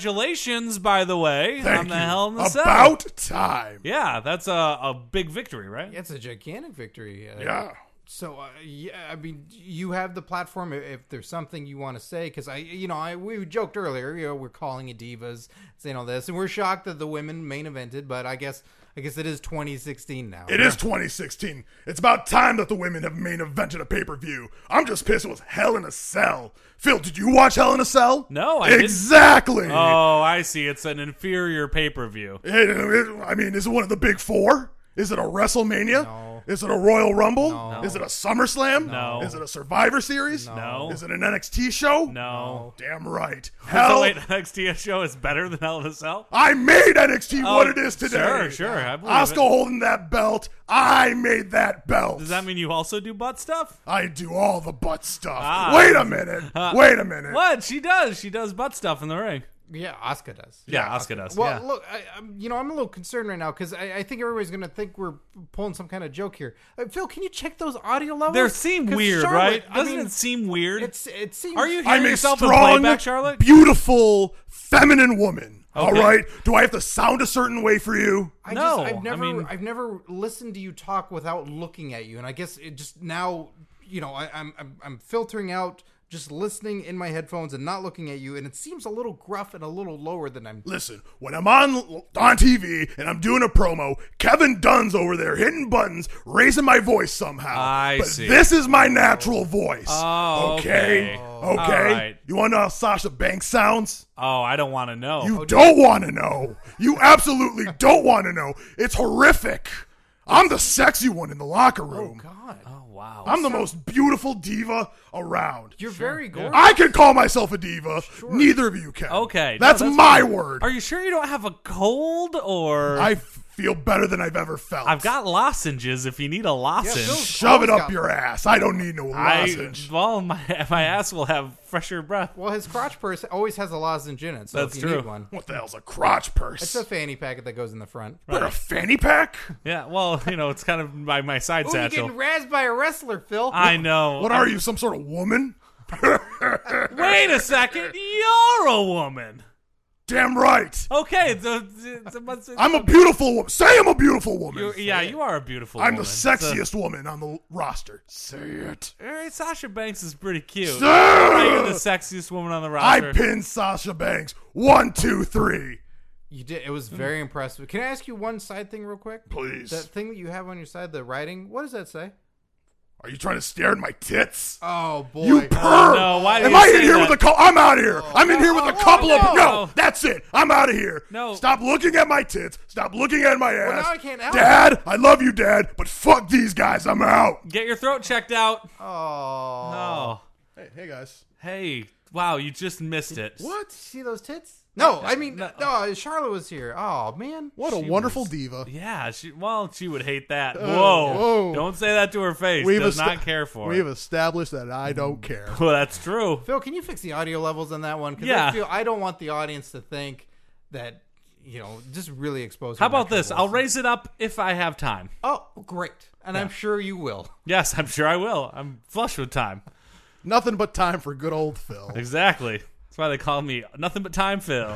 [SPEAKER 2] congratulations, by the way, on the Hell in the Cell.
[SPEAKER 5] About time.
[SPEAKER 2] yeah, that's a, a big victory, right?
[SPEAKER 1] It's a gigantic victory. Uh,
[SPEAKER 5] Yeah.
[SPEAKER 1] So uh, yeah, I mean, you have the platform. If, if there's something you want to say, because I, you know, I we joked earlier. You know, we're calling it divas, saying all this, and we're shocked that the women main evented. But I guess, I guess it is 2016 now.
[SPEAKER 3] It is 2016. It's about time that the women have main evented a pay per view. I'm just pissed it was Hell in a Cell. Phil, did you watch Hell in a Cell?
[SPEAKER 2] No, I didn't.
[SPEAKER 3] exactly.
[SPEAKER 2] Oh, I see. It's an inferior pay per view.
[SPEAKER 3] It- it- I mean, is it one of the big four? Is it a WrestleMania?
[SPEAKER 1] No.
[SPEAKER 3] Is it a Royal Rumble? Is it a SummerSlam?
[SPEAKER 2] No.
[SPEAKER 3] Is it a Survivor Series?
[SPEAKER 2] No.
[SPEAKER 3] Is it an NXT show? Oh,
[SPEAKER 2] No.
[SPEAKER 3] Damn right.
[SPEAKER 2] So
[SPEAKER 3] Hell,
[SPEAKER 2] wait, NXT show is better than Hell in a Cell?
[SPEAKER 3] I made NXT what
[SPEAKER 2] Oh,
[SPEAKER 3] it is today.
[SPEAKER 2] Sure, sure. I believe
[SPEAKER 3] Oscar
[SPEAKER 2] it.
[SPEAKER 3] holding that belt. I made that belt.
[SPEAKER 2] Does that mean you also do butt stuff?
[SPEAKER 3] I do all the butt stuff.
[SPEAKER 2] Ah.
[SPEAKER 3] Wait a minute. Wait a minute.
[SPEAKER 2] What? She does. She does butt stuff in the ring.
[SPEAKER 1] Yeah, Asuka does.
[SPEAKER 2] Yeah, Oscar does.
[SPEAKER 1] Well,
[SPEAKER 2] yeah.
[SPEAKER 1] look, I, I'm, you know, I'm a little concerned right now because I, I think everybody's going to think we're pulling some kind of joke here. Uh, Phil, can you check those audio levels?
[SPEAKER 2] They seem
[SPEAKER 1] 'Cause
[SPEAKER 2] weird,
[SPEAKER 1] Charlotte,
[SPEAKER 2] right?
[SPEAKER 1] I
[SPEAKER 2] Doesn't
[SPEAKER 1] mean,
[SPEAKER 2] it seem weird?
[SPEAKER 1] It's it seems.
[SPEAKER 2] Are you hearing
[SPEAKER 3] I'm a
[SPEAKER 2] yourself in
[SPEAKER 3] strong,
[SPEAKER 2] playback, Charlotte?
[SPEAKER 3] beautiful, feminine woman. All
[SPEAKER 2] Okay.
[SPEAKER 3] right. Do I have to sound a certain way for you?
[SPEAKER 1] I
[SPEAKER 2] No,
[SPEAKER 1] just,
[SPEAKER 2] I
[SPEAKER 1] I've never, I
[SPEAKER 2] mean-
[SPEAKER 1] have never listened to you talk without looking at you, and I guess it just now, you know, I, I'm, I'm, I'm filtering out just listening in my headphones and not looking at you, and it seems a little gruff and a little lower than I'm.
[SPEAKER 3] Listen, when I'm on on TV and I'm doing a promo, Kevin Dunn's over there hitting buttons, raising my voice somehow.
[SPEAKER 2] I
[SPEAKER 3] but
[SPEAKER 2] see.
[SPEAKER 3] This is my natural voice.
[SPEAKER 2] Oh, okay.
[SPEAKER 3] okay.
[SPEAKER 2] Oh.
[SPEAKER 3] Okay.
[SPEAKER 2] All right.
[SPEAKER 3] You want to know how Sasha Banks sounds?
[SPEAKER 2] oh, I don't want to know.
[SPEAKER 3] You don't want to know. You absolutely don't want to know. It's horrific. I'm the sexy one in the locker room.
[SPEAKER 1] God,
[SPEAKER 2] oh, wow.
[SPEAKER 3] I'm the most beautiful diva around.
[SPEAKER 1] you're very gorgeous.
[SPEAKER 3] I can call myself a diva. Neither of you can.
[SPEAKER 2] Okay, no,
[SPEAKER 3] That's,
[SPEAKER 2] that's
[SPEAKER 3] my word.
[SPEAKER 2] Are you sure you don't have a cold or?
[SPEAKER 3] I f- feel better than I've ever felt.
[SPEAKER 2] have got lozenges. If you need a lozenge,
[SPEAKER 1] Phil's
[SPEAKER 3] Shove it
[SPEAKER 1] always
[SPEAKER 3] up
[SPEAKER 1] got-
[SPEAKER 3] your ass. I don't need no
[SPEAKER 2] I
[SPEAKER 3] lozenge.
[SPEAKER 2] well, my my ass will have fresher breath.
[SPEAKER 1] Well, his crotch purse always has a lozenge in it, so
[SPEAKER 2] That's
[SPEAKER 1] if you
[SPEAKER 2] true.
[SPEAKER 1] need one,
[SPEAKER 3] what the hell's a crotch purse?
[SPEAKER 1] it's a fanny packet that goes in the front.
[SPEAKER 3] What, a fanny pack?
[SPEAKER 2] Yeah, well, you know, it's kind of my my
[SPEAKER 3] Oh,
[SPEAKER 2] side
[SPEAKER 1] Ooh, you're
[SPEAKER 2] satchel.
[SPEAKER 1] getting razzed by a wrestler, Phil.
[SPEAKER 2] I know.
[SPEAKER 3] What are you, some sort of woman?
[SPEAKER 2] Wait a second, you're a woman.
[SPEAKER 3] Damn right.
[SPEAKER 2] Okay, the, the, the, what's-
[SPEAKER 3] I'm a beautiful woman. Say I'm a beautiful woman.
[SPEAKER 2] you're- yeah, you are a beautiful.
[SPEAKER 3] I'm
[SPEAKER 2] woman.
[SPEAKER 3] the sexiest woman on the roster. Say it.
[SPEAKER 2] All right, eh, Sasha Banks is pretty cute.
[SPEAKER 3] Say
[SPEAKER 2] Right, You're the
[SPEAKER 3] it.
[SPEAKER 2] sexiest woman on the
[SPEAKER 3] I
[SPEAKER 2] roster.
[SPEAKER 3] pinned Sasha Banks. One, two, three.
[SPEAKER 1] You did. It was very impressive. Can I ask you one side thing real quick?
[SPEAKER 3] Please.
[SPEAKER 1] That thing that you have on your side, the writing. What does that say?
[SPEAKER 3] Are you trying to stare at my tits?
[SPEAKER 1] Oh boy.
[SPEAKER 3] You perv!
[SPEAKER 2] no, why do
[SPEAKER 3] Am
[SPEAKER 2] you
[SPEAKER 3] I
[SPEAKER 2] say
[SPEAKER 3] in here
[SPEAKER 2] that?
[SPEAKER 3] with a couple? I'm out of here. I'm in here with a
[SPEAKER 1] oh,
[SPEAKER 3] couple
[SPEAKER 2] no.
[SPEAKER 3] of. No, that's it. I'm out of here.
[SPEAKER 2] No.
[SPEAKER 3] Stop looking at my tits. Stop looking at my ass.
[SPEAKER 1] now I can't help
[SPEAKER 3] Dad, I love you, Dad, but fuck these guys. I'm out.
[SPEAKER 2] Get your throat checked out.
[SPEAKER 1] oh.
[SPEAKER 2] Oh,
[SPEAKER 5] Hey, hey guys.
[SPEAKER 2] hey, wow, you just missed it.
[SPEAKER 1] What? See those tits? No, I mean, no. Charlotte was here. Oh man.
[SPEAKER 5] What a wonderful diva.
[SPEAKER 2] Yeah, she well, she would hate that. Whoa,
[SPEAKER 5] whoa.
[SPEAKER 2] Don't say that to her face.
[SPEAKER 5] We've
[SPEAKER 2] Does
[SPEAKER 5] esta-
[SPEAKER 2] not care for
[SPEAKER 5] We've
[SPEAKER 2] it.
[SPEAKER 5] established that I don't care.
[SPEAKER 2] Well, that's true.
[SPEAKER 1] Phil, can you fix the audio levels on that one? 'Cause
[SPEAKER 2] Yeah.
[SPEAKER 1] I feel I don't want the audience to think that you know just really expose.
[SPEAKER 2] How
[SPEAKER 1] her
[SPEAKER 2] about this? I'll
[SPEAKER 1] natural voice.
[SPEAKER 2] raise it up if I have time.
[SPEAKER 1] Oh, great! And I'm sure you will.
[SPEAKER 2] Yes, I'm sure I will. I'm flush with time.
[SPEAKER 5] Nothing but time for good old Phil.
[SPEAKER 2] Exactly. That's why they call me nothing but time Phil.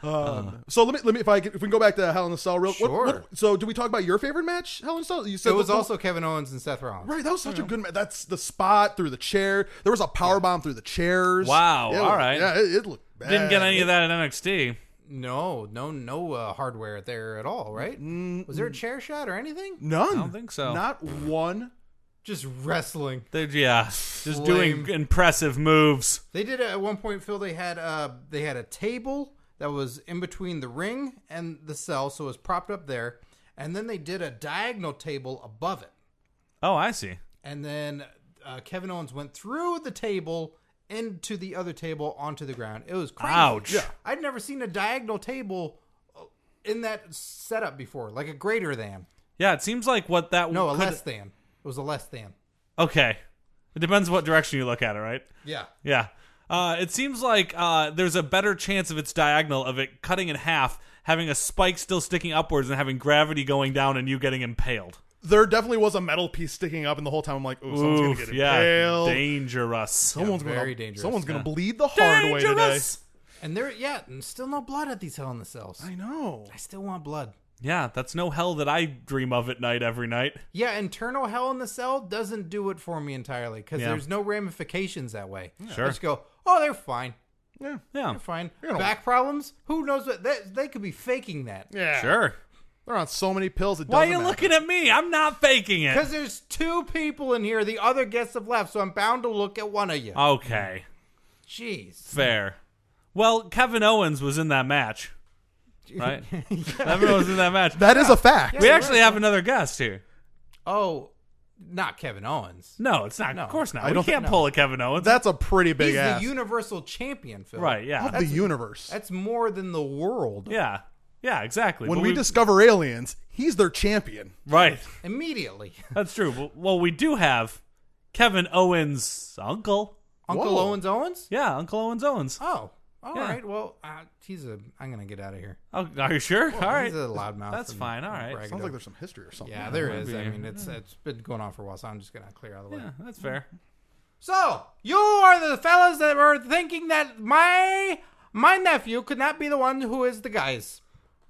[SPEAKER 5] So let me let me if I can, if we can go back to Hell in a Cell real. what-
[SPEAKER 1] Sure.
[SPEAKER 5] What, so do we talk about your favorite match, Hell in a Cell? You said
[SPEAKER 1] It was
[SPEAKER 5] the-
[SPEAKER 1] also Kevin Owens and Seth Rollins.
[SPEAKER 5] right. That was such a good match. That's the spot through the chair. There was a power bomb through the chairs.
[SPEAKER 2] Wow,
[SPEAKER 5] Yeah, it
[SPEAKER 2] all
[SPEAKER 5] was-
[SPEAKER 2] right.
[SPEAKER 5] Yeah, it, it looked bad.
[SPEAKER 2] Didn't get any of that at NXT.
[SPEAKER 1] No, no, no uh, hardware there at all. Right? Was there a chair shot or anything?
[SPEAKER 5] None. I
[SPEAKER 2] don't think so.
[SPEAKER 5] Not one.
[SPEAKER 1] Just wrestling.
[SPEAKER 2] They're yeah, just
[SPEAKER 1] Lame.
[SPEAKER 2] doing impressive moves.
[SPEAKER 1] They did at one point, Phil. They had uh they had a table that was in between the ring and the cell, so it was propped up there, and then they did a diagonal table above it,
[SPEAKER 2] Oh, I see.
[SPEAKER 1] and then uh, Kevin Owens went through the table into the other table onto the ground. It was crazy.
[SPEAKER 2] Ouch. Yeah.
[SPEAKER 1] I'd never seen a diagonal table uh, in that setup before, like a greater than,
[SPEAKER 2] Yeah, it seems like what that
[SPEAKER 1] no, a
[SPEAKER 2] could-
[SPEAKER 1] less than. It was a less than.
[SPEAKER 2] Okay, it depends what direction you look at it, right?
[SPEAKER 1] Yeah.
[SPEAKER 2] Yeah. Uh, it seems like uh, there's a better chance of its diagonal of it cutting in half, having a spike still sticking upwards, and having gravity going down and you getting impaled.
[SPEAKER 5] There definitely was a metal piece sticking up, and the whole time I'm like, "Ooh, someone's gonna
[SPEAKER 2] Oof,
[SPEAKER 5] get
[SPEAKER 2] yeah,
[SPEAKER 5] impaled.
[SPEAKER 2] dangerous.
[SPEAKER 5] Someone's
[SPEAKER 1] very
[SPEAKER 5] gonna,
[SPEAKER 1] dangerous.
[SPEAKER 5] Someone's
[SPEAKER 1] Yeah.
[SPEAKER 5] gonna bleed the hard way today."
[SPEAKER 2] dangerous.
[SPEAKER 1] And there, yeah, and still no blood at these Hell in the Cells.
[SPEAKER 3] I
[SPEAKER 5] Oh,
[SPEAKER 3] know.
[SPEAKER 1] I still want blood.
[SPEAKER 2] Yeah, that's no hell that I dream of at night every night.
[SPEAKER 1] Yeah, internal hell in the cell doesn't do it for me entirely because
[SPEAKER 2] Yeah.
[SPEAKER 1] there's no ramifications that way.
[SPEAKER 2] Sure.
[SPEAKER 1] I just go, oh, they're fine.
[SPEAKER 3] Yeah.
[SPEAKER 2] Yeah,
[SPEAKER 1] They're fine.
[SPEAKER 3] know-
[SPEAKER 1] Back problems? Who knows what? They, they could be faking that.
[SPEAKER 3] Yeah.
[SPEAKER 2] sure.
[SPEAKER 3] They're on so many pills. It
[SPEAKER 2] Why are
[SPEAKER 3] doesn't
[SPEAKER 2] you
[SPEAKER 3] matter.
[SPEAKER 2] looking at me? I'm not faking it.
[SPEAKER 1] Because there's two people in here. The other guests have left, so I'm bound to look at one of you.
[SPEAKER 2] Uh, Okay,
[SPEAKER 1] Jeez.
[SPEAKER 2] fair. Well, Kevin Owens was in that match, right? Kevin Owens was in that match.
[SPEAKER 3] That is a fact.
[SPEAKER 2] we actually have another guest here.
[SPEAKER 1] Oh, not Kevin Owens.
[SPEAKER 2] No, it's not. Of course not.
[SPEAKER 3] I
[SPEAKER 2] we
[SPEAKER 3] don't
[SPEAKER 2] can't
[SPEAKER 3] think-
[SPEAKER 2] pull a Kevin Owens.
[SPEAKER 3] That's a pretty big
[SPEAKER 1] He's
[SPEAKER 3] ass.
[SPEAKER 1] the universal champion, Phil.
[SPEAKER 2] right? Yeah.
[SPEAKER 3] of the universe.
[SPEAKER 1] That's more than the world.
[SPEAKER 2] yeah. Yeah. Exactly.
[SPEAKER 3] when
[SPEAKER 2] But
[SPEAKER 3] we, discover aliens, he's their champion.
[SPEAKER 2] right.
[SPEAKER 1] Immediately.
[SPEAKER 2] That's true. Well- Well, we do have Kevin Owens' uncle.
[SPEAKER 1] Uncle
[SPEAKER 3] Whoa.
[SPEAKER 1] Owens Owens?
[SPEAKER 2] Yeah, Uncle Owens Owens.
[SPEAKER 1] Oh, all right.
[SPEAKER 2] Yeah.
[SPEAKER 1] Well, uh, he's a. I'm gonna get out of here.
[SPEAKER 2] Oh, are you sure? All right.
[SPEAKER 1] He's a loudmouth.
[SPEAKER 2] That's
[SPEAKER 1] and
[SPEAKER 2] fine, all right.
[SPEAKER 1] braggadocious.
[SPEAKER 3] Sounds like there's some history or something.
[SPEAKER 1] yeah, there is. I mean, it's it's been going on for a while, so I'm just gonna clear out of the way.
[SPEAKER 2] Yeah, that's fair.
[SPEAKER 1] So you are the fellas that were thinking that my my nephew could not be the one who is the guys.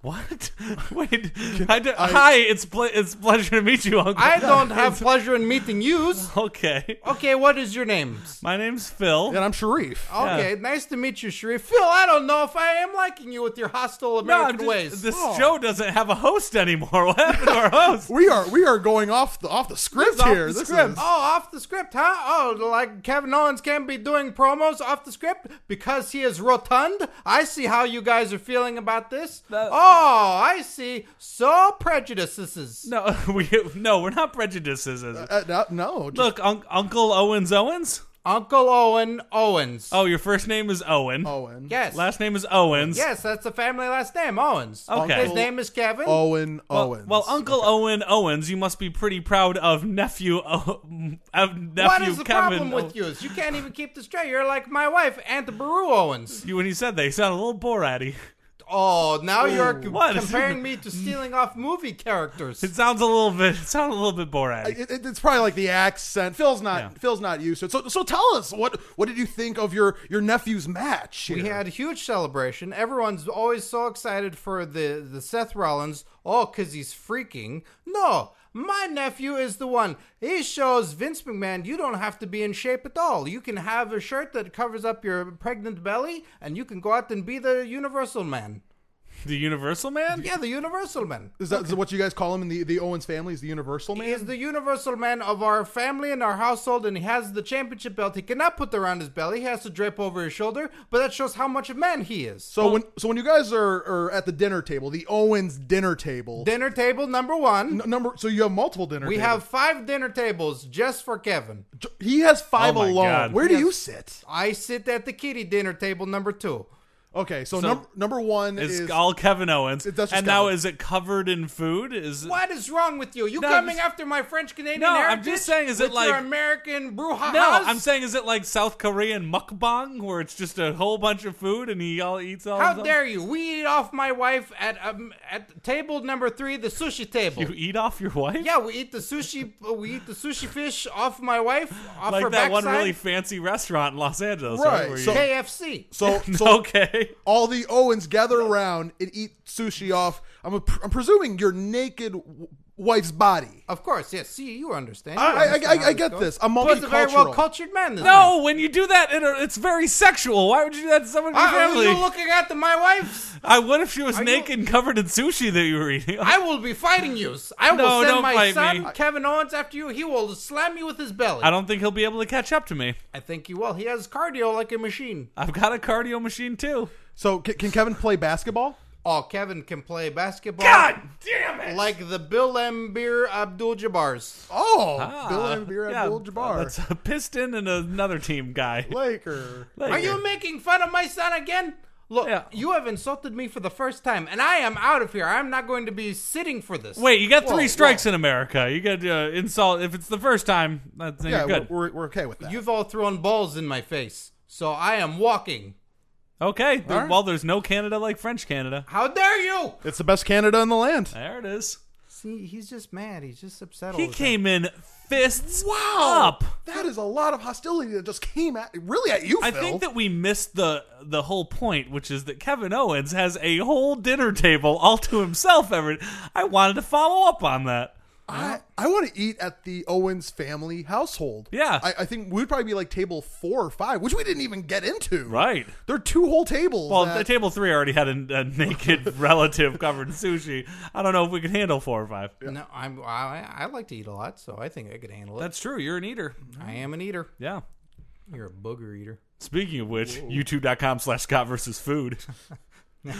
[SPEAKER 2] What? Wait. I d- hi, it's ple- it's pleasure to meet you, Uncle.
[SPEAKER 1] I don't have pleasure in meeting yous.
[SPEAKER 2] Okay.
[SPEAKER 1] Okay, what is your names?
[SPEAKER 2] My name's Phil.
[SPEAKER 3] And I'm Sharif.
[SPEAKER 1] Okay, nice to meet you, Sharif. Phil, I don't know if I am liking you with your hostile
[SPEAKER 2] No,
[SPEAKER 1] American
[SPEAKER 2] I'm just-
[SPEAKER 1] ways.
[SPEAKER 3] Oh.
[SPEAKER 1] Oh.
[SPEAKER 2] this show doesn't have a host anymore. What happened to our host?
[SPEAKER 3] We are we are going off the off the script
[SPEAKER 2] off
[SPEAKER 3] here.
[SPEAKER 2] the
[SPEAKER 3] this
[SPEAKER 2] script.
[SPEAKER 3] is
[SPEAKER 1] Oh, off the script, huh? Oh, like Kevin Owens can't be doing promos off the script because he is rotund? I see how you guys are feeling about this.
[SPEAKER 2] That-
[SPEAKER 1] oh, I see. So prejudices.
[SPEAKER 2] No, we no, we're not prejudices.
[SPEAKER 3] uh, no, no, just-
[SPEAKER 2] Look, un- Uncle Owens Owens.
[SPEAKER 1] Uncle Owen Owens.
[SPEAKER 2] Oh, your first name is Owen.
[SPEAKER 3] Owen.
[SPEAKER 1] Oh, yes.
[SPEAKER 2] Last name is Owens.
[SPEAKER 1] yes, that's the family last name, Owens.
[SPEAKER 2] Okay.
[SPEAKER 1] His name is Kevin.
[SPEAKER 3] Owen
[SPEAKER 2] Well,
[SPEAKER 3] Owens.
[SPEAKER 2] well, um, Uncle Owen Owens, you must be pretty proud of nephew. O- of nephew
[SPEAKER 1] what is the
[SPEAKER 2] Kevin
[SPEAKER 1] problem
[SPEAKER 2] Ow-
[SPEAKER 1] with you? Is you can't even keep this straight. You're like my wife, Aunt Baru Owens.
[SPEAKER 2] You when you said that, you sound a little borat
[SPEAKER 1] Oh, now you're c-
[SPEAKER 2] What is-
[SPEAKER 1] comparing me to stealing off movie characters.
[SPEAKER 2] It sounds a little bit. It sounds a little bit borat
[SPEAKER 3] It, it- it's probably like the accent. Phil's not
[SPEAKER 2] Yeah.
[SPEAKER 3] Phil's not used to it. So so tell us what what did you think of your your nephew's match?
[SPEAKER 1] We
[SPEAKER 3] here?
[SPEAKER 1] had a huge celebration. Everyone's always so excited for the, the Seth Rollins, all because he's freaking. No, my nephew is the one. He shows Vince McMahon you don't have to be in shape at all. You can have a shirt that covers up your pregnant belly, and you can go out and be the Universal Man.
[SPEAKER 2] The Universal Man.
[SPEAKER 1] Uh, Yeah, the Universal Man.
[SPEAKER 3] Is that is that what you guys call him in the, the Owens family? Is the Universal
[SPEAKER 1] He
[SPEAKER 3] Man?
[SPEAKER 1] is the universal man of our family and our household, and he has the championship belt. He cannot put around his belly; he has to drape over his shoulder. But that shows how much a man he is.
[SPEAKER 3] So when so when you guys are, are at the dinner table, the Owens dinner table,
[SPEAKER 1] dinner table number one.
[SPEAKER 3] n- number so you have multiple dinner.
[SPEAKER 1] We
[SPEAKER 3] tables.
[SPEAKER 1] have five dinner tables just for Kevin.
[SPEAKER 3] J- he has five
[SPEAKER 2] Oh my
[SPEAKER 3] alone.
[SPEAKER 2] God.
[SPEAKER 3] Where do you sit?
[SPEAKER 1] I sit at the kitty dinner table number two.
[SPEAKER 3] Okay, so, number number one
[SPEAKER 2] It's
[SPEAKER 3] is,
[SPEAKER 2] all Kevin Owens.
[SPEAKER 3] It- that's just
[SPEAKER 2] and now
[SPEAKER 3] Kevin.
[SPEAKER 2] is it covered in food? Is
[SPEAKER 1] What is wrong with you? You
[SPEAKER 2] No,
[SPEAKER 1] coming
[SPEAKER 2] I'm just-
[SPEAKER 1] after my French Canadian
[SPEAKER 2] No, I'm
[SPEAKER 1] heritage?
[SPEAKER 2] just saying, is it
[SPEAKER 1] with your
[SPEAKER 2] like-
[SPEAKER 1] American brouhahas?
[SPEAKER 2] no? I'm saying is it like South Korean mukbang where it's just a whole bunch of food and he all eats all.
[SPEAKER 1] How
[SPEAKER 2] his own-
[SPEAKER 1] dare you? We eat off my wife at um, at table number three, the sushi table.
[SPEAKER 2] you eat off your wife?
[SPEAKER 1] yeah, we eat the sushi. We eat the sushi fish off my wife, off
[SPEAKER 2] like
[SPEAKER 1] her
[SPEAKER 2] that
[SPEAKER 1] backside.
[SPEAKER 2] one really fancy restaurant in Los Angeles,
[SPEAKER 3] Right,
[SPEAKER 2] where
[SPEAKER 3] so-
[SPEAKER 2] you-
[SPEAKER 1] KFC.
[SPEAKER 3] so so
[SPEAKER 2] okay.
[SPEAKER 3] all the Owens gather around and eat sushi off. I'm a, I'm presuming your naked w- wife's body.
[SPEAKER 1] Of course, yes. See, you understand. You
[SPEAKER 3] I I, I,
[SPEAKER 1] understand how
[SPEAKER 3] I get
[SPEAKER 1] goes.
[SPEAKER 3] this. I'm
[SPEAKER 1] He was a very well
[SPEAKER 3] multicultural.
[SPEAKER 1] cultured man. This man.
[SPEAKER 2] No, when you do that, it, it's very sexual. Why would you do that to someone in
[SPEAKER 1] I,
[SPEAKER 2] your
[SPEAKER 1] are
[SPEAKER 2] family?
[SPEAKER 1] you looking at the, my wife's?
[SPEAKER 2] I what if she was
[SPEAKER 1] you-
[SPEAKER 2] naked and covered in sushi that you were eating?
[SPEAKER 1] I will be fighting you. I will
[SPEAKER 2] No,
[SPEAKER 1] send
[SPEAKER 2] don't
[SPEAKER 1] my
[SPEAKER 2] fight
[SPEAKER 1] son
[SPEAKER 2] me.
[SPEAKER 1] Kevin Owens after you. He will slam you with his belly.
[SPEAKER 2] I don't think he'll be able to catch up to me.
[SPEAKER 1] I think he will. He has cardio like a machine.
[SPEAKER 2] I've got a cardio machine too.
[SPEAKER 3] so can, can Kevin play basketball?
[SPEAKER 1] Oh, Kevin can play basketball.
[SPEAKER 2] damn it!
[SPEAKER 1] Like the Bill Lambir Abdul Jabbars.
[SPEAKER 3] Oh, Bill and Beer Abdul
[SPEAKER 2] Ah. That's
[SPEAKER 3] Jabbar,
[SPEAKER 2] a piston and another team guy.
[SPEAKER 3] Laker.
[SPEAKER 1] Are you making fun of my son again? Look,
[SPEAKER 2] Yeah.
[SPEAKER 1] you have insulted me for the first time, and I am out of here. I'm not going to be sitting for this.
[SPEAKER 2] Wait, you got
[SPEAKER 3] Whoa, whoa.
[SPEAKER 2] three strikes in America. You got uh, insult. If it's the first time, that's then
[SPEAKER 3] Yeah,
[SPEAKER 2] you're good.
[SPEAKER 3] We're, we're, we're okay with that.
[SPEAKER 1] You've all thrown balls in my face, so I am walking.
[SPEAKER 2] okay. th-
[SPEAKER 3] right.
[SPEAKER 2] Well, there's no Canada like French Canada.
[SPEAKER 1] How dare you?
[SPEAKER 3] it's the best Canada in the land.
[SPEAKER 2] There it is.
[SPEAKER 1] See, he's just mad. He's just upset.
[SPEAKER 2] He
[SPEAKER 1] all the time.
[SPEAKER 2] came in fists
[SPEAKER 3] Wow,
[SPEAKER 2] up.
[SPEAKER 3] that is a lot of hostility that just came at really at you,
[SPEAKER 2] I
[SPEAKER 3] Phil.
[SPEAKER 2] think that we missed the the whole point, which is that Kevin Owens has a whole dinner table all to himself. Every I wanted to follow up on that.
[SPEAKER 3] I, I want to eat at the Owens family household.
[SPEAKER 2] Yeah.
[SPEAKER 3] I, I think we'd probably be like table four or five, which we didn't even get into.
[SPEAKER 2] Right.
[SPEAKER 3] There are two whole tables.
[SPEAKER 2] Well,
[SPEAKER 3] that-
[SPEAKER 2] the table three already had a, a naked relative covered in sushi. I don't know if we could handle four or five.
[SPEAKER 1] No, I'm. I, I like to eat a lot, so I think I could handle it.
[SPEAKER 2] That's true. You're an eater.
[SPEAKER 1] I am an eater.
[SPEAKER 2] Yeah.
[SPEAKER 1] You're a booger eater.
[SPEAKER 2] Speaking of which, youtube.com slash Scott versus food.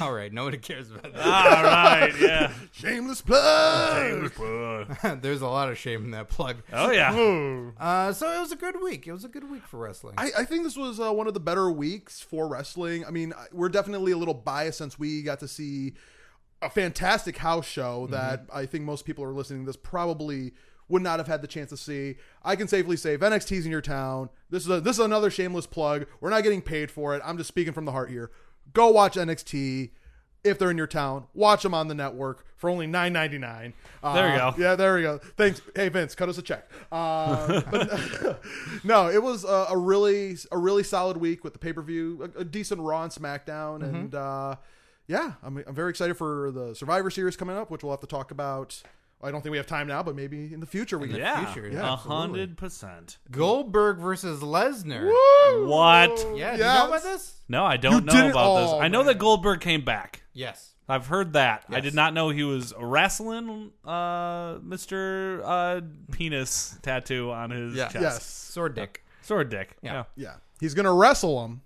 [SPEAKER 1] All right, nobody cares about
[SPEAKER 2] All right. Yeah.
[SPEAKER 3] shameless plug.
[SPEAKER 1] that. There's a lot of shame in that plug.
[SPEAKER 2] Oh, yeah.
[SPEAKER 1] Uh, so it was a good week. It was a good week for wrestling.
[SPEAKER 3] I, I think this was uh, one of the better weeks for wrestling. I mean, I- we're definitely a little biased since we got to see a fantastic house show
[SPEAKER 2] Mm-hmm.
[SPEAKER 3] that I think most people who are listening to this probably would not have had the chance to see. I can safely say if NXT's in your town. This is a, this is another shameless plug. We're not getting paid for it. I'm just speaking from the heart here. Go watch NXT if they're in your town. Watch them on the network for only nine ninety nine.
[SPEAKER 2] There you go.
[SPEAKER 3] Yeah, there we go. Thanks. Hey Vince, cut us a check. Uh, but, no, it was a, a really a really solid week with the pay per view, a, a decent Raw and SmackDown, and uh, yeah, I'm I'm very excited for the Survivor Series coming up, which we'll have to talk about. I don't think we have time now, but maybe in the future we can.
[SPEAKER 2] Yeah.
[SPEAKER 1] future,
[SPEAKER 2] A
[SPEAKER 1] yeah,
[SPEAKER 2] hundred percent.
[SPEAKER 1] Goldberg versus Lesnar.
[SPEAKER 2] What?
[SPEAKER 1] Yeah, do you
[SPEAKER 3] Yes.
[SPEAKER 1] know about this?
[SPEAKER 2] No, I don't
[SPEAKER 3] You
[SPEAKER 2] know
[SPEAKER 3] did it
[SPEAKER 2] about
[SPEAKER 3] all,
[SPEAKER 2] this. I know
[SPEAKER 3] man.
[SPEAKER 2] that Goldberg came back.
[SPEAKER 1] Yes.
[SPEAKER 2] I've heard that. I
[SPEAKER 1] Yes.
[SPEAKER 2] did not know he was wrestling uh, Mr. Uh, penis tattoo on his
[SPEAKER 1] Yeah.
[SPEAKER 2] chest.
[SPEAKER 3] Yes.
[SPEAKER 1] Sword dick.
[SPEAKER 2] Sword dick.
[SPEAKER 1] Yeah.
[SPEAKER 3] Yeah. He's gonna wrestle him,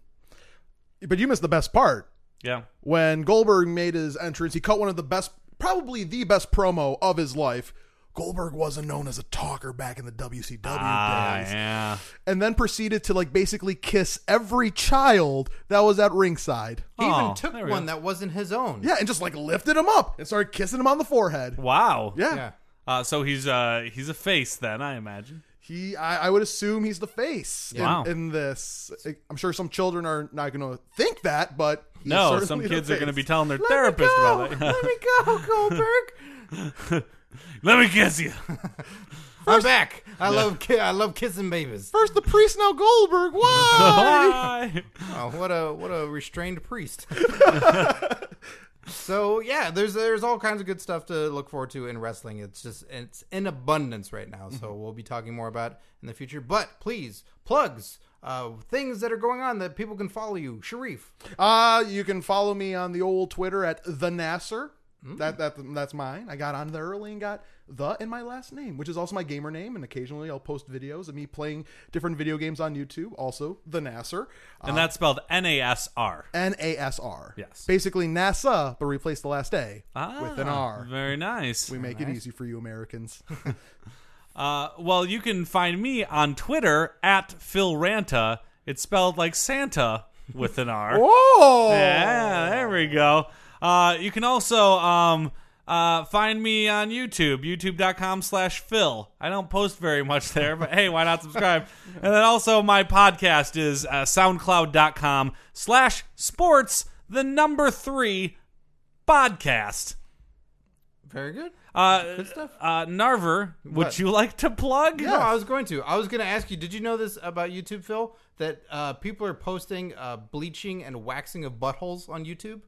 [SPEAKER 3] but you missed the best part.
[SPEAKER 2] Yeah.
[SPEAKER 3] when Goldberg made his entrance, he cut one of the best, probably the best promo of his life. Goldberg wasn't known as a talker back in the WCW
[SPEAKER 2] Ah,
[SPEAKER 3] days,
[SPEAKER 2] yeah.
[SPEAKER 3] and then proceeded to like basically kiss every child that was at ringside.
[SPEAKER 1] He
[SPEAKER 2] Oh,
[SPEAKER 1] even took
[SPEAKER 2] there we
[SPEAKER 1] one
[SPEAKER 2] go.
[SPEAKER 1] that wasn't his own.
[SPEAKER 3] Yeah, and just like lifted him up and started kissing him on the forehead.
[SPEAKER 2] Wow.
[SPEAKER 3] Yeah,
[SPEAKER 1] Yeah.
[SPEAKER 2] Uh, so he's uh, he's a face then, I imagine.
[SPEAKER 3] he. I, I would assume he's the face in,
[SPEAKER 2] Wow.
[SPEAKER 3] in this. I'm sure some children are not going to think that, but he's
[SPEAKER 2] No,
[SPEAKER 3] certainly
[SPEAKER 2] some
[SPEAKER 3] the
[SPEAKER 2] kids are going to
[SPEAKER 3] face.
[SPEAKER 2] be telling their
[SPEAKER 1] Let
[SPEAKER 2] therapist
[SPEAKER 1] me go.
[SPEAKER 2] about it.
[SPEAKER 1] Let me go, Goldberg.
[SPEAKER 2] Let me kiss you.
[SPEAKER 1] I'm back. I love ki- I love kissing babies.
[SPEAKER 3] First the priest, now Goldberg. Why?
[SPEAKER 2] Bye.
[SPEAKER 1] Oh, what a what a restrained priest. so yeah, there's there's all kinds of good stuff to look forward to in wrestling. It's just it's in abundance right now. So we'll be talking more about it in the future. But please plugs. Uh, things that are going on that people can follow you, Sharif.
[SPEAKER 3] Uh, you can follow me on the old Twitter at the Nasser. That that that's mine. I got on there early and got the in my last name, which is also my gamer name. And occasionally I'll post videos of me playing different video games on YouTube. Also the Nasser, Uh,
[SPEAKER 2] And that's spelled N A S R.
[SPEAKER 3] N A S R.
[SPEAKER 2] Yes.
[SPEAKER 3] basically NASA, but replace the last A with an R.
[SPEAKER 2] Very nice.
[SPEAKER 3] We make it easy for you Americans.
[SPEAKER 2] Uh, well, you can find me on Twitter at Phil Ranta. It's spelled like Santa with an R.
[SPEAKER 3] oh,
[SPEAKER 2] Yeah, there we go. Uh, you can also um, uh, find me on YouTube, youtube.com slash Phil. I don't post very much there, but hey, why not subscribe? and then also my podcast is uh, soundcloud.com slash sports, the number three podcast.
[SPEAKER 1] Very good.
[SPEAKER 2] Uh,
[SPEAKER 1] stuff.
[SPEAKER 2] uh, Narver, would
[SPEAKER 1] What?
[SPEAKER 2] you like to plug?
[SPEAKER 1] No, I was going to. I was going to ask you. Did you know this about YouTube, Phil? That uh, people are posting uh, bleaching and waxing of buttholes on YouTube.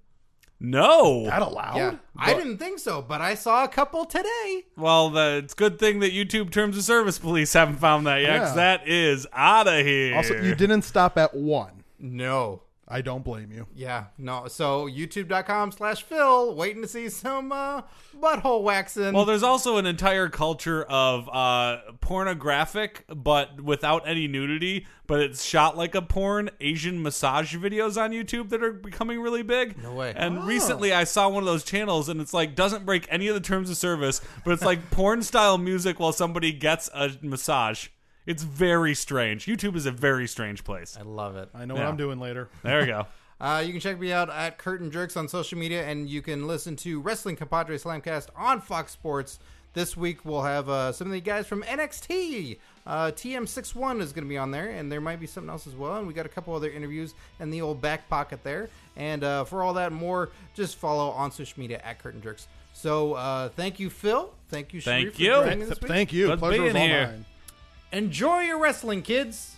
[SPEAKER 2] No.
[SPEAKER 3] that allowed?
[SPEAKER 1] I didn't think so, but I saw a couple today.
[SPEAKER 2] Well, the, it's a good thing that YouTube Terms of Service Police haven't found that yet, 'cause
[SPEAKER 3] Yeah.
[SPEAKER 2] that is out of here.
[SPEAKER 3] Also, you didn't stop at one.
[SPEAKER 1] No.
[SPEAKER 3] I don't blame you.
[SPEAKER 1] Yeah, no. So youtube.com slash Phil, waiting to see some uh, butthole waxing.
[SPEAKER 2] Well, there's also an entire culture of uh, pornographic, but without any nudity, but it's shot like a porn Asian massage videos on YouTube that are becoming really big. No
[SPEAKER 1] way.
[SPEAKER 2] And recently I saw one of those channels and it's like, doesn't break any of the terms of service, but it's like porn style music while somebody gets a massage. It's very strange. YouTube is a very strange place.
[SPEAKER 1] I love it.
[SPEAKER 3] I know what I'm doing later.
[SPEAKER 2] There we go.
[SPEAKER 1] Uh, you can check me out at Curtain Jerks on social media, and you can listen to Wrestling Compadre Slamcast on Fox Sports. This week we'll have uh, some of the guys from NXT. Uh, TM61 is going to be on there, and there might be something else as well. And we got a couple other interviews in the old back pocket there. And uh, for all that and more, just follow on social media at Curtain Jerks. So uh, thank you, Phil. Thank you, Sharif,
[SPEAKER 2] Thank
[SPEAKER 1] for
[SPEAKER 2] you.
[SPEAKER 1] joining me this week.
[SPEAKER 3] Thank you.
[SPEAKER 2] Good
[SPEAKER 3] Pleasure
[SPEAKER 2] being
[SPEAKER 3] was all
[SPEAKER 2] here.
[SPEAKER 3] mine.
[SPEAKER 1] Enjoy your wrestling, kids.